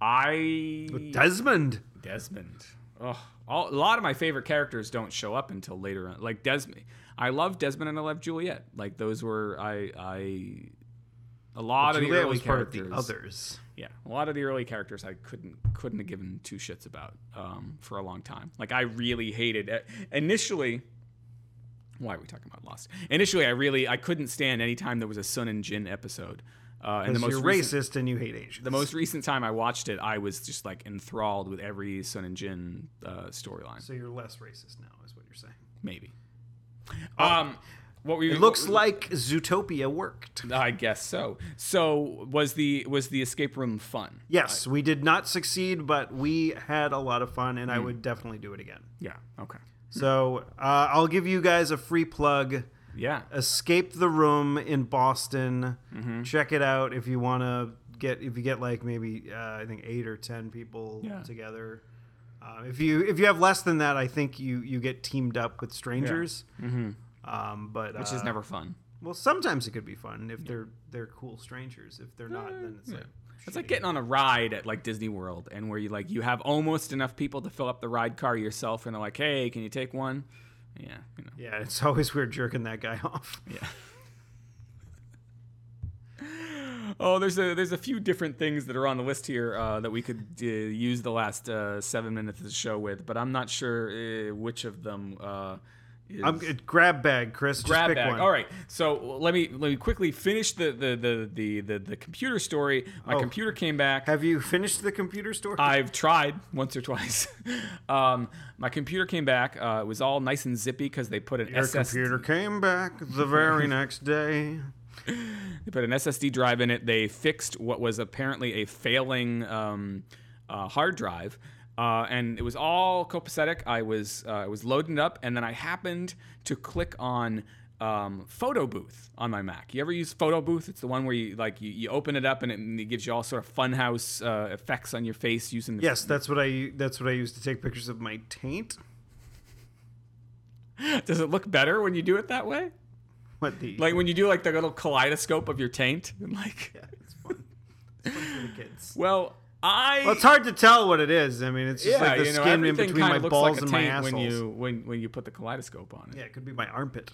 [SPEAKER 1] I
[SPEAKER 2] With Desmond.
[SPEAKER 1] Desmond. Oh, all, a lot of my favorite characters don't show up until later on. Like Desmond, I love Desmond and I love Juliet. Like those were I I a lot of the
[SPEAKER 2] Juliet
[SPEAKER 1] early
[SPEAKER 2] was part of
[SPEAKER 1] characters.
[SPEAKER 2] the others.
[SPEAKER 1] yeah a lot of the early characters i couldn't couldn't have given two shits about um, for a long time like i really hated uh, initially why are we talking about lost initially i really i couldn't stand any time there was a sun and jin episode uh, and the
[SPEAKER 2] Because
[SPEAKER 1] most
[SPEAKER 2] you're
[SPEAKER 1] recent-
[SPEAKER 2] racist and you hate Asians.
[SPEAKER 1] the most recent time i watched it i was just like enthralled with every sun and jin uh, storyline
[SPEAKER 2] So you're less racist now, is what you're saying.
[SPEAKER 1] maybe um what we
[SPEAKER 2] Oh. It looks like Zootopia worked.
[SPEAKER 1] i guess so so was the was the escape room fun
[SPEAKER 2] Yes, we did not succeed, but we had a lot of fun, and
[SPEAKER 1] Hmm.
[SPEAKER 2] I would definitely do it again.
[SPEAKER 1] yeah okay
[SPEAKER 2] So uh, I'll give you guys a free plug.
[SPEAKER 1] yeah
[SPEAKER 2] Uh, Escape the Room in Boston.
[SPEAKER 1] Mm-hmm.
[SPEAKER 2] Check it out if you want to get if you get like maybe uh, I think eight or ten people
[SPEAKER 1] Yeah.
[SPEAKER 2] together. Uh, if you if you have less than that, I think you you get teamed up with strangers. Um, but
[SPEAKER 1] Mm-hmm. which
[SPEAKER 2] uh,
[SPEAKER 1] is never fun
[SPEAKER 2] well. Sometimes it could be fun if they're they're cool strangers. If they're not, then it's like
[SPEAKER 1] Uh, It's like getting on a ride at like Disney World, and where you like you have almost enough people to fill up the ride car yourself, and they're like, "Hey, can you take one?" Yeah, you know.
[SPEAKER 2] yeah, it's always weird jerking that guy off.
[SPEAKER 1] Oh, there's a there's a few different things that are on the list here uh, that we could uh, use the last uh, seven minutes of the show with, but I'm not sure uh, which of them. Uh, is
[SPEAKER 2] I'm it- grab bag, Chris. Just
[SPEAKER 1] grab
[SPEAKER 2] pick
[SPEAKER 1] bag.
[SPEAKER 2] one.
[SPEAKER 1] All right, so let me let me quickly finish the the the the the, the computer story.
[SPEAKER 2] Oh.
[SPEAKER 1] My computer came back.
[SPEAKER 2] Have you finished the computer store?
[SPEAKER 1] I've tried once or twice. um, my computer came back. Uh, it was all nice and zippy because they put an
[SPEAKER 2] Your
[SPEAKER 1] SS
[SPEAKER 2] computer came back the very next day.
[SPEAKER 1] they put an SSD drive in it. They fixed what was apparently a failing um, uh, hard drive, uh, and it was all copacetic. I was uh, I was loading it up, and then I happened to click on. Um, photo booth on my Mac. You ever use photo booth? It's the one where you like you, you open it up and it, and it gives you all sort of funhouse uh, effects on your face using the
[SPEAKER 2] Yes, that's what I that's what I use to take pictures of my taint.
[SPEAKER 1] Does it look better when you do it that way?
[SPEAKER 2] what the
[SPEAKER 1] Like when you do like the little kaleidoscope of your taint, and like,
[SPEAKER 2] yeah, it's fun. It's fun for the kids.
[SPEAKER 1] well, I.
[SPEAKER 2] Well, it's hard to tell what it is. I mean, it's just like the skin in
[SPEAKER 1] everything
[SPEAKER 2] between
[SPEAKER 1] kinda
[SPEAKER 2] my
[SPEAKER 1] looks
[SPEAKER 2] balls
[SPEAKER 1] a
[SPEAKER 2] and my
[SPEAKER 1] taint
[SPEAKER 2] assholes.
[SPEAKER 1] when you when when you put the kaleidoscope on it.
[SPEAKER 2] Yeah, it could be my armpit.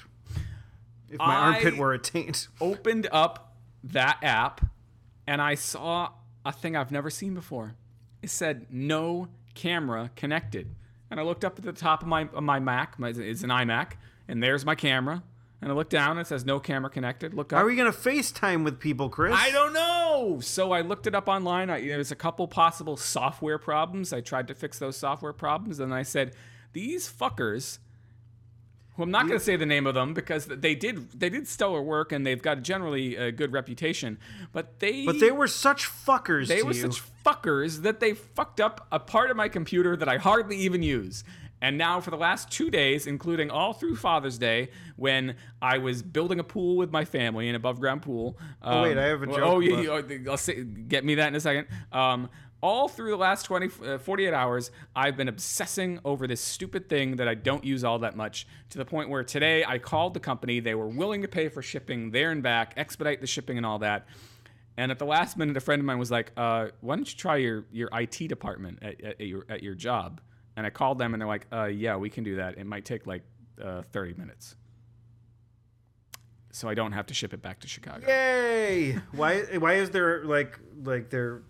[SPEAKER 2] If my armpit
[SPEAKER 1] I-
[SPEAKER 2] were a taint.
[SPEAKER 1] Opened up that app, and I saw a thing I've never seen before. It said no camera connected, and I looked up at the top of my of my Mac. My, it's an iMac, and there's my camera. And I look down, and it says no camera connected. Look up.
[SPEAKER 2] Are we gonna FaceTime with people, Chris?
[SPEAKER 1] I don't know. So I looked it up online. I, there was a couple possible software problems. I tried to fix those software problems, and I said, "These fuckers." Well, I'm not going to say the name of them because they did they did stellar work, and they've got generally a good reputation. But they
[SPEAKER 2] But they were such fuckers.
[SPEAKER 1] they
[SPEAKER 2] to
[SPEAKER 1] were
[SPEAKER 2] you.
[SPEAKER 1] such fuckers that they fucked up a part of my computer that I hardly even use. And now, for the last two days, including all through Father's Day, when I was building a pool with my family, an above ground pool. Um,
[SPEAKER 2] wait, I have a
[SPEAKER 1] well,
[SPEAKER 2] joke
[SPEAKER 1] Oh, yeah,
[SPEAKER 2] about-
[SPEAKER 1] you- oh, I'll say, get me that in a second. Um, all through the last 20, uh, 48 hours, I've been obsessing over this stupid thing that I don't use all that much to the point where today I called the company. They were willing to pay for shipping there and back, expedite the shipping and all that. And at the last minute, a friend of mine was like, uh, "Why don't you try your your IT department at, at, at your at your job?" And I called them, and they're like, uh, "Yeah, we can do that. It might take like uh, thirty minutes, so I don't have to ship it back to Chicago."
[SPEAKER 2] Yay! why? Why is there like like their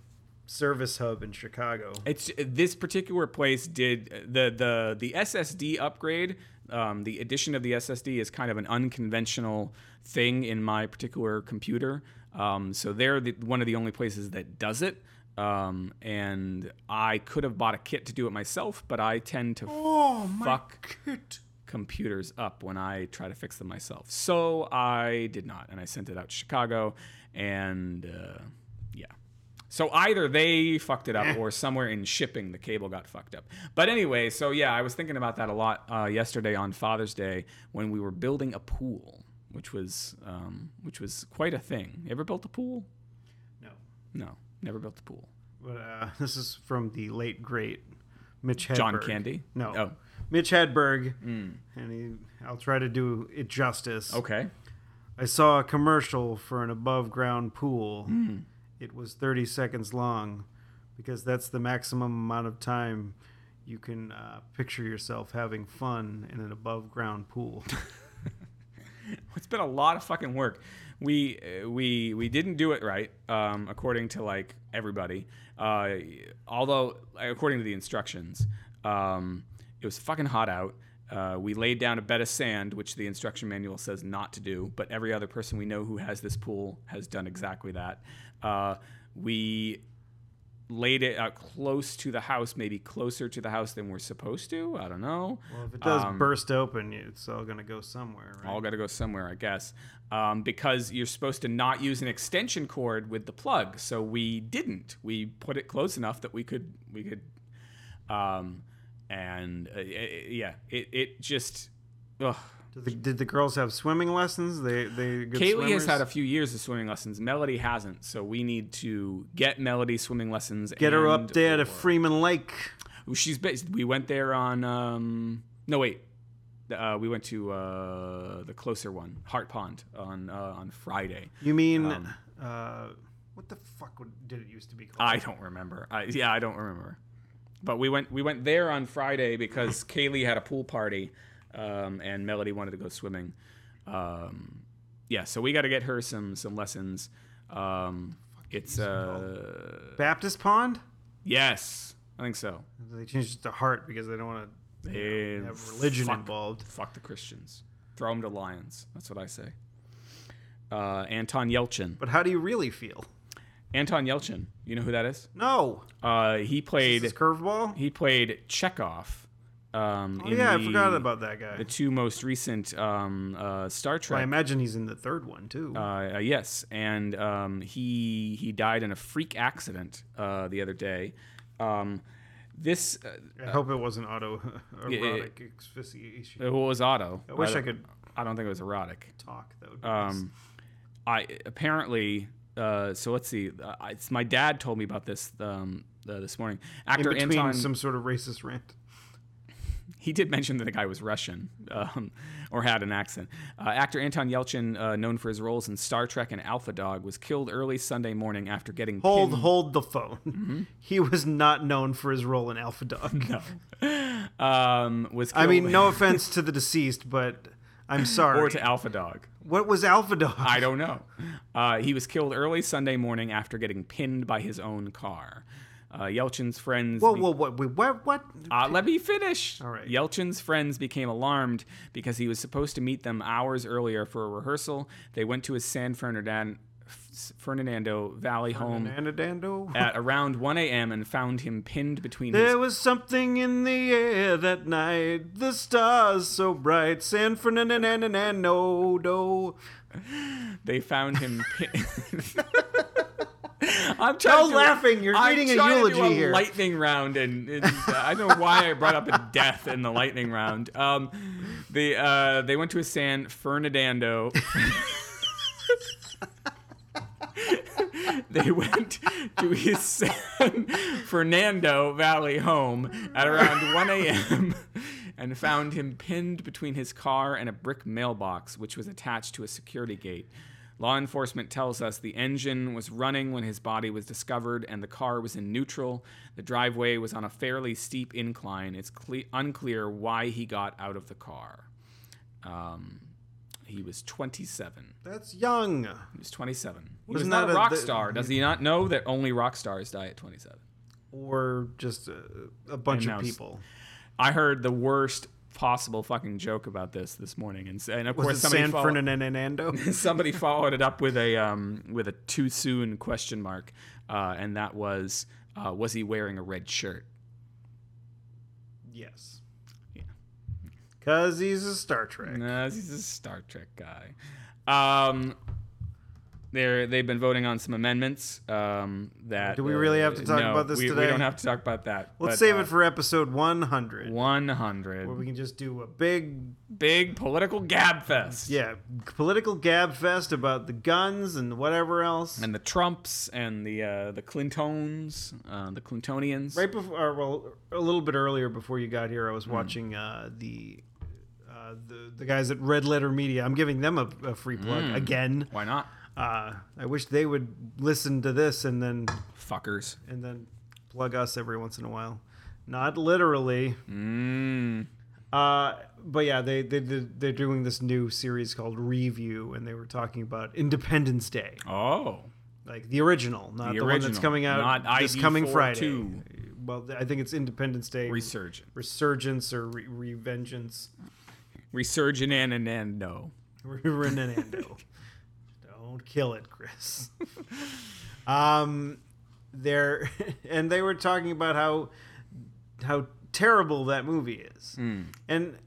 [SPEAKER 2] service hub in Chicago?
[SPEAKER 1] It's this particular place did the the the SSD upgrade. Um, the addition of the SSD is kind of an unconventional thing in my particular computer. Um, so they're the, one of the only places that does it. Um, and I could have bought a kit to do it myself, but I tend to
[SPEAKER 2] Oh my
[SPEAKER 1] Fuck.
[SPEAKER 2] Kid.
[SPEAKER 1] computers up when I try to fix them myself. So I did not, and I sent it out to Chicago, and uh, yeah. So either they fucked it up, or somewhere in shipping the cable got fucked up. But anyway, so yeah, I was thinking about that a lot uh, yesterday on Father's Day when we were building a pool, which was um, which was quite a thing. You ever built a pool?
[SPEAKER 2] No,
[SPEAKER 1] No, never built a pool.
[SPEAKER 2] but uh, this is from the late great Mitch Hedberg.
[SPEAKER 1] John Candy?
[SPEAKER 2] No.
[SPEAKER 1] Oh. Mm.
[SPEAKER 2] Mitch Hedberg, and he, I'll try to do it justice.
[SPEAKER 1] Okay.
[SPEAKER 2] I saw a commercial for an above ground pool.
[SPEAKER 1] Mm.
[SPEAKER 2] It was 30 seconds long because that's the maximum amount of time you can uh, picture yourself having fun in an above ground pool.
[SPEAKER 1] it's been a lot of fucking work. We uh, we we didn't do it right, um, according to like everybody. Uh, although according to the instructions, um, it was fucking hot out. Uh, we laid down a bed of sand, which the instruction manual says not to do, but every other person we know who has this pool has done exactly that. Uh, we laid it out close to the house, maybe closer to the house than we're supposed to. I don't know.
[SPEAKER 2] well, if it does burst open, it's all going to go somewhere, right?
[SPEAKER 1] Um, All got to go somewhere, I guess, um, because you're supposed to not use an extension cord with the plug. So we didn't. We put it close enough that we could we could, um, and uh, it, yeah, it it just. Ugh.
[SPEAKER 2] Did the, did the girls have swimming lessons? They they good
[SPEAKER 1] Kaylee
[SPEAKER 2] swimmers?
[SPEAKER 1] has had a few years of swimming lessons. Melody hasn't, so we need to get Melody swimming lessons.
[SPEAKER 2] Get her up there to
[SPEAKER 1] free.
[SPEAKER 2] Freeman Lake.
[SPEAKER 1] She's based. We went there on. Um, no wait, uh, we went to uh, the closer one, Hart Pond, on uh, on Friday.
[SPEAKER 2] You mean
[SPEAKER 1] Um,
[SPEAKER 2] uh, what the fuck would, did it used to be called?
[SPEAKER 1] I don't remember. I, yeah, I don't remember. But we went we went there on Friday because Kaylee had a pool party, um, and Melody wanted to go swimming. Um, yeah, so we got to get her some some lessons. Um, it's uh,
[SPEAKER 2] Baptist Pond.
[SPEAKER 1] yes, I think so.
[SPEAKER 2] They changed it to Heart because they don't want to
[SPEAKER 1] They
[SPEAKER 2] have religion
[SPEAKER 1] fuck-
[SPEAKER 2] involved.
[SPEAKER 1] Fuck the Christians. Throw them to lions. That's what I say. Uh, Anton Yelchin.
[SPEAKER 2] But how do you really feel?
[SPEAKER 1] Anton Yelchin. You know who that is?
[SPEAKER 2] No.
[SPEAKER 1] Uh, he
[SPEAKER 2] Is
[SPEAKER 1] played.
[SPEAKER 2] this curveball?
[SPEAKER 1] He played Chekhov. Um,
[SPEAKER 2] Oh,
[SPEAKER 1] in
[SPEAKER 2] yeah,
[SPEAKER 1] the-
[SPEAKER 2] I forgot about that guy.
[SPEAKER 1] the two most recent um, uh, Star
[SPEAKER 2] I
[SPEAKER 1] Trek.
[SPEAKER 2] imagine he's in the third one too.
[SPEAKER 1] Uh, uh, yes, and um, he he died in a freak accident uh, the other day. Um, this uh,
[SPEAKER 2] I hope it wasn't auto
[SPEAKER 1] yeah, yeah.
[SPEAKER 2] erotic asphyxiation.
[SPEAKER 1] it was Otto.
[SPEAKER 2] I wish I
[SPEAKER 1] don't-
[SPEAKER 2] could
[SPEAKER 1] I don't think it was erotic.
[SPEAKER 2] talk. That would be nice.
[SPEAKER 1] Um, I apparently. Uh, so let's see. Uh, I- it's my dad told me about this um, uh, this morning.
[SPEAKER 2] in
[SPEAKER 1] Actor
[SPEAKER 2] between
[SPEAKER 1] Anton.
[SPEAKER 2] some sort of racist rant.
[SPEAKER 1] he did mention that the guy was Russian um, or had an accent. Uh, actor Anton Yelchin, uh, known for his roles in Star Trek and Alpha Dog, was killed early Sunday morning after getting
[SPEAKER 2] Hold,
[SPEAKER 1] pinned.
[SPEAKER 2] hold the phone.
[SPEAKER 1] Mm-hmm.
[SPEAKER 2] He was not known for his role in Alpha Dog.
[SPEAKER 1] Um, was
[SPEAKER 2] I
[SPEAKER 1] killed-
[SPEAKER 2] mean, no offense to the deceased, but I'm sorry.
[SPEAKER 1] or to Alpha Dog.
[SPEAKER 2] what was Alpha Dog?
[SPEAKER 1] I don't know. Uh, he was killed early Sunday morning after getting pinned by his own car. Uh, Yelchin's friends.
[SPEAKER 2] whoa, whoa, what? Wait, what? What?
[SPEAKER 1] Uh, let me finish. All
[SPEAKER 2] right.
[SPEAKER 1] Yelchin's friends became alarmed because he was supposed to meet them hours earlier for a rehearsal. They went to his San Fernandan, Fernando Valley home
[SPEAKER 2] Nanadando?
[SPEAKER 1] at around 1 a.m. and found him pinned between his
[SPEAKER 2] There was something in the air that night. The stars so bright. San Fernando. do.
[SPEAKER 1] They found him. Pi- I'm
[SPEAKER 2] No
[SPEAKER 1] trying to do-
[SPEAKER 2] laughing, you're
[SPEAKER 1] I'm
[SPEAKER 2] reading a
[SPEAKER 1] trying to do
[SPEAKER 2] eulogy
[SPEAKER 1] a
[SPEAKER 2] here.
[SPEAKER 1] Lightning round, and, and I don't know why I brought up a death in the lightning round. Um, the uh, they went to a San Fernando. they went to his San Fernando Valley home at around 1 a.m. and found him pinned between his car and a brick mailbox, which was attached to a security gate. Law enforcement tells us the engine was running when his body was discovered and the car was in neutral. The driveway was on a fairly steep incline. It's cle- unclear why he got out of the car. Um, he was 27.
[SPEAKER 2] That's young.
[SPEAKER 1] He was 27. He
[SPEAKER 2] Was
[SPEAKER 1] was not
[SPEAKER 2] not
[SPEAKER 1] a
[SPEAKER 2] a-
[SPEAKER 1] rock
[SPEAKER 2] th-
[SPEAKER 1] star. Does he not know that only rock stars die at 27?
[SPEAKER 2] Or just a, a bunch
[SPEAKER 1] And
[SPEAKER 2] of
[SPEAKER 1] now s-
[SPEAKER 2] people.
[SPEAKER 1] I heard the worst possible fucking joke about this this morning, and, s- and of
[SPEAKER 2] Was it
[SPEAKER 1] course somebody
[SPEAKER 2] San
[SPEAKER 1] follow-
[SPEAKER 2] Fernando?
[SPEAKER 1] somebody followed it up with a um, with a too soon question mark, uh, and that was uh, was he wearing a red shirt?
[SPEAKER 2] yes.
[SPEAKER 1] Yeah.
[SPEAKER 2] Because he's a Star Trek.
[SPEAKER 1] No, he's a Star Trek guy. Um, they're, they've been voting on some amendments um, that. uh,
[SPEAKER 2] Do we really have to talk
[SPEAKER 1] no,
[SPEAKER 2] about this
[SPEAKER 1] we, We
[SPEAKER 2] today?
[SPEAKER 1] don't have to talk about that.
[SPEAKER 2] Let's
[SPEAKER 1] but,
[SPEAKER 2] save
[SPEAKER 1] uh,
[SPEAKER 2] it for episode 100,
[SPEAKER 1] One hundred
[SPEAKER 2] where we can just do a big,
[SPEAKER 1] big political gab fest.
[SPEAKER 2] yeah, political gab fest about the guns and whatever else.
[SPEAKER 1] And the Trumps and the uh, the Clintons, uh, the Clintonians.
[SPEAKER 2] Right before, or, well, a little bit earlier before you got here, I was
[SPEAKER 1] Hmm.
[SPEAKER 2] watching uh, the, uh, the the guys at Red Letter Media. I'm giving them a, a free plug
[SPEAKER 1] Hmm.
[SPEAKER 2] again.
[SPEAKER 1] Why not,
[SPEAKER 2] Uh, I wish they would listen to this and then
[SPEAKER 1] fuckers?
[SPEAKER 2] and then plug us every once in a while. Not literally.
[SPEAKER 1] Mm.
[SPEAKER 2] Uh, but yeah, they, they did- they're doing this new series called Review, and they were talking about Independence Day,
[SPEAKER 1] Oh,
[SPEAKER 2] like the original, not the,
[SPEAKER 1] The
[SPEAKER 2] one that's
[SPEAKER 1] original,
[SPEAKER 2] coming out
[SPEAKER 1] not
[SPEAKER 2] this
[SPEAKER 1] ID
[SPEAKER 2] coming Friday.
[SPEAKER 1] 42.
[SPEAKER 2] Well, I think it's Independence Day
[SPEAKER 1] resurgent,
[SPEAKER 2] resurgence or re- revengeance.
[SPEAKER 1] resurgent, and and and no.
[SPEAKER 2] Renando. Don't kill it, Chris. um, there, and they were talking about how how terrible that movie is. And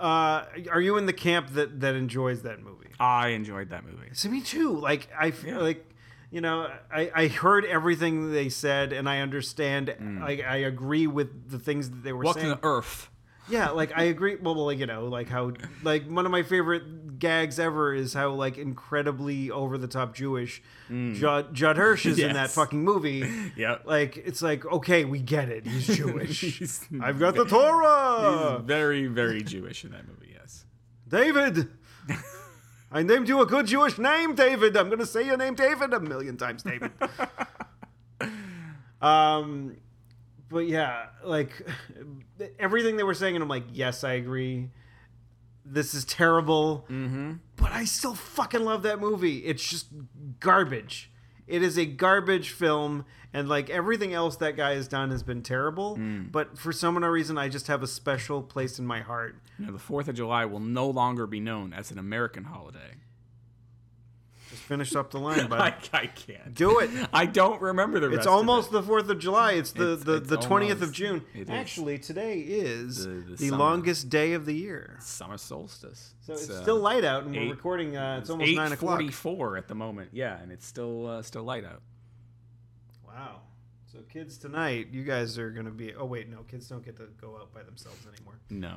[SPEAKER 2] uh, are you in the camp that that enjoys that movie?
[SPEAKER 1] I enjoyed that movie.
[SPEAKER 2] So me too. Like I feel
[SPEAKER 1] Yeah.
[SPEAKER 2] like you know I, I heard everything they said and I understand. Like I agree with the things that they were
[SPEAKER 1] Welcome
[SPEAKER 2] saying.
[SPEAKER 1] to Earth.
[SPEAKER 2] Yeah, like I agree. Well, like you know, like how like one of my favorite gags ever is how like incredibly over the top Jewish Judd, Judd Hirsch is in that
[SPEAKER 1] Mm. Yes.
[SPEAKER 2] fucking movie.
[SPEAKER 1] Yep.
[SPEAKER 2] Like it's like okay, we get it. He's Jewish.
[SPEAKER 1] He's-
[SPEAKER 2] I've got the Torah,
[SPEAKER 1] He's very, very Jewish in that movie. Yes.
[SPEAKER 2] David. I named you a good Jewish name, David. I'm gonna say your name, David, a million times, David. um, but yeah, like everything they were saying, and I'm like, yes, I agree. This is terrible,
[SPEAKER 1] Mm-hmm.
[SPEAKER 2] but I still fucking love that movie. It's just garbage. It is a garbage film, and like everything else that guy has done has been terrible. But for some unknown reason, I just have a special place in my heart.
[SPEAKER 1] You know, the Fourth of July will no longer be known as an American holiday.
[SPEAKER 2] Just finish up the line,
[SPEAKER 1] I,
[SPEAKER 2] bud.
[SPEAKER 1] I can't.
[SPEAKER 2] Do it.
[SPEAKER 1] I don't remember the rest.
[SPEAKER 2] It's
[SPEAKER 1] of
[SPEAKER 2] almost the Fourth of July. It's the
[SPEAKER 1] It's-
[SPEAKER 2] the,
[SPEAKER 1] it's
[SPEAKER 2] the 20th of
[SPEAKER 1] almost-
[SPEAKER 2] June.
[SPEAKER 1] it is.
[SPEAKER 2] Actually, today is
[SPEAKER 1] The-
[SPEAKER 2] the,
[SPEAKER 1] the summer.
[SPEAKER 2] longest day of the year.
[SPEAKER 1] it. summer solstice.
[SPEAKER 2] So it's
[SPEAKER 1] uh,
[SPEAKER 2] still light out, and
[SPEAKER 1] eight-
[SPEAKER 2] we're recording. Uh, it's almost nine o'clock.
[SPEAKER 1] Forty-four at the moment. Yeah, and it's still uh, still light out.
[SPEAKER 2] Wow. So kids tonight, you guys are gonna be. Oh wait, no, kids don't get to go out by themselves anymore.
[SPEAKER 1] No,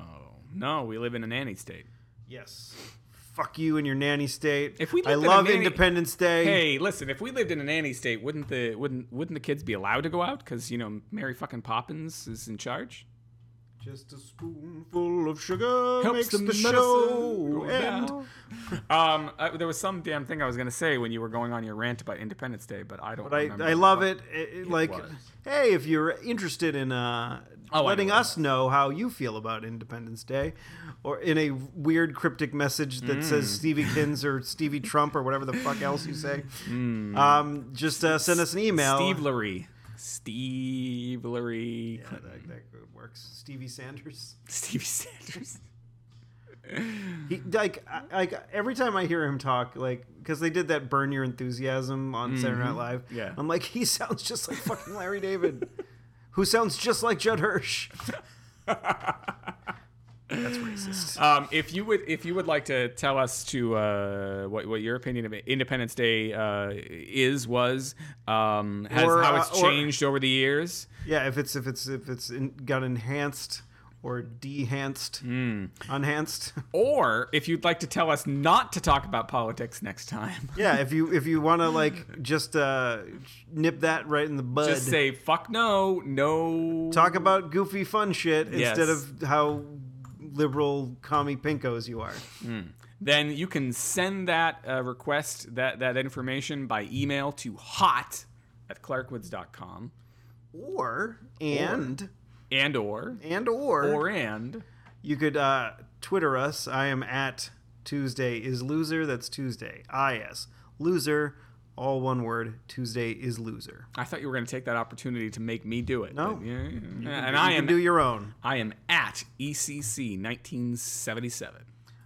[SPEAKER 1] no, we live in a nanny state.
[SPEAKER 2] Yes. Fuck you and your nanny state.
[SPEAKER 1] If we
[SPEAKER 2] I
[SPEAKER 1] lived in a
[SPEAKER 2] love
[SPEAKER 1] nanny-
[SPEAKER 2] Independence Day.
[SPEAKER 1] Hey, listen, if we lived in a nanny state, wouldn't the wouldn't wouldn't the kids be allowed to go out? Because you know Mary fucking Poppins is in charge.
[SPEAKER 2] Just a spoonful of sugar
[SPEAKER 1] Helps
[SPEAKER 2] makes
[SPEAKER 1] the
[SPEAKER 2] the,
[SPEAKER 1] medicine
[SPEAKER 2] show
[SPEAKER 1] go
[SPEAKER 2] end.
[SPEAKER 1] down. Um, uh, there was some damn thing I was gonna say when you were going on your rant about Independence Day, but I don't.
[SPEAKER 2] But
[SPEAKER 1] remember
[SPEAKER 2] I, I love
[SPEAKER 1] what-
[SPEAKER 2] it. It- it- Like,
[SPEAKER 1] was.
[SPEAKER 2] hey, if you're interested in uh,
[SPEAKER 1] Oh, I
[SPEAKER 2] letting
[SPEAKER 1] know what
[SPEAKER 2] us know how you feel about Independence Day, or in a weird cryptic message that says
[SPEAKER 1] Mm.
[SPEAKER 2] Stevie Kins or Stevie Trump or whatever the fuck else you say, um, just uh, send us an email.
[SPEAKER 1] Mm. Steve Lurie. Steve Lurie.
[SPEAKER 2] yeah, that, that group works. Stevie Sanders.
[SPEAKER 1] Stevie Sanders.
[SPEAKER 2] He, like, I, like every time I hear him talk, like, because they did that "Burn Your Enthusiasm" on Saturday Night Live.
[SPEAKER 1] Mm-hmm. Yeah.
[SPEAKER 2] I'm like, he sounds just like fucking Larry David, who sounds just like Judd Hirsch. That's racist.
[SPEAKER 1] Um, if you would, if you would like to tell us to uh, what what your opinion of Independence Day uh, is, was, um, has
[SPEAKER 2] Or,
[SPEAKER 1] how
[SPEAKER 2] uh,
[SPEAKER 1] it's
[SPEAKER 2] or-
[SPEAKER 1] changed over the years.
[SPEAKER 2] yeah, if it's if it's if it's in, got enhanced or dehanced,
[SPEAKER 1] Mm.
[SPEAKER 2] unhanced.
[SPEAKER 1] Or if you'd like to tell us not to talk about politics next time,
[SPEAKER 2] Yeah, if you if you want to like just uh nip that right in the bud.
[SPEAKER 1] just say fuck no, no.
[SPEAKER 2] Talk about goofy fun shit
[SPEAKER 1] Yes.
[SPEAKER 2] instead of how liberal commie pinkos you are.
[SPEAKER 1] Then you can send that uh, request that that information by email to hot at clarkwoods.com
[SPEAKER 2] Or and
[SPEAKER 1] and or
[SPEAKER 2] and or,
[SPEAKER 1] or and
[SPEAKER 2] you could uh Twitter us. I am at Tuesday is loser. That's Tuesday. I S loser. All one word. Tuesday is loser.
[SPEAKER 1] I thought you were going to take that opportunity to make me do it.
[SPEAKER 2] No.
[SPEAKER 1] but, yeah, yeah, yeah.
[SPEAKER 2] You
[SPEAKER 1] and I
[SPEAKER 2] can
[SPEAKER 1] am
[SPEAKER 2] do your own.
[SPEAKER 1] I am at E ECC 1977.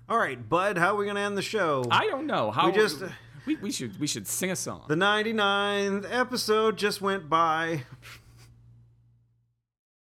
[SPEAKER 2] All right, bud. How are we gonna end the show?
[SPEAKER 1] I don't know how
[SPEAKER 2] We just-
[SPEAKER 1] we, we should we should sing a song.
[SPEAKER 2] the 99th episode just went by.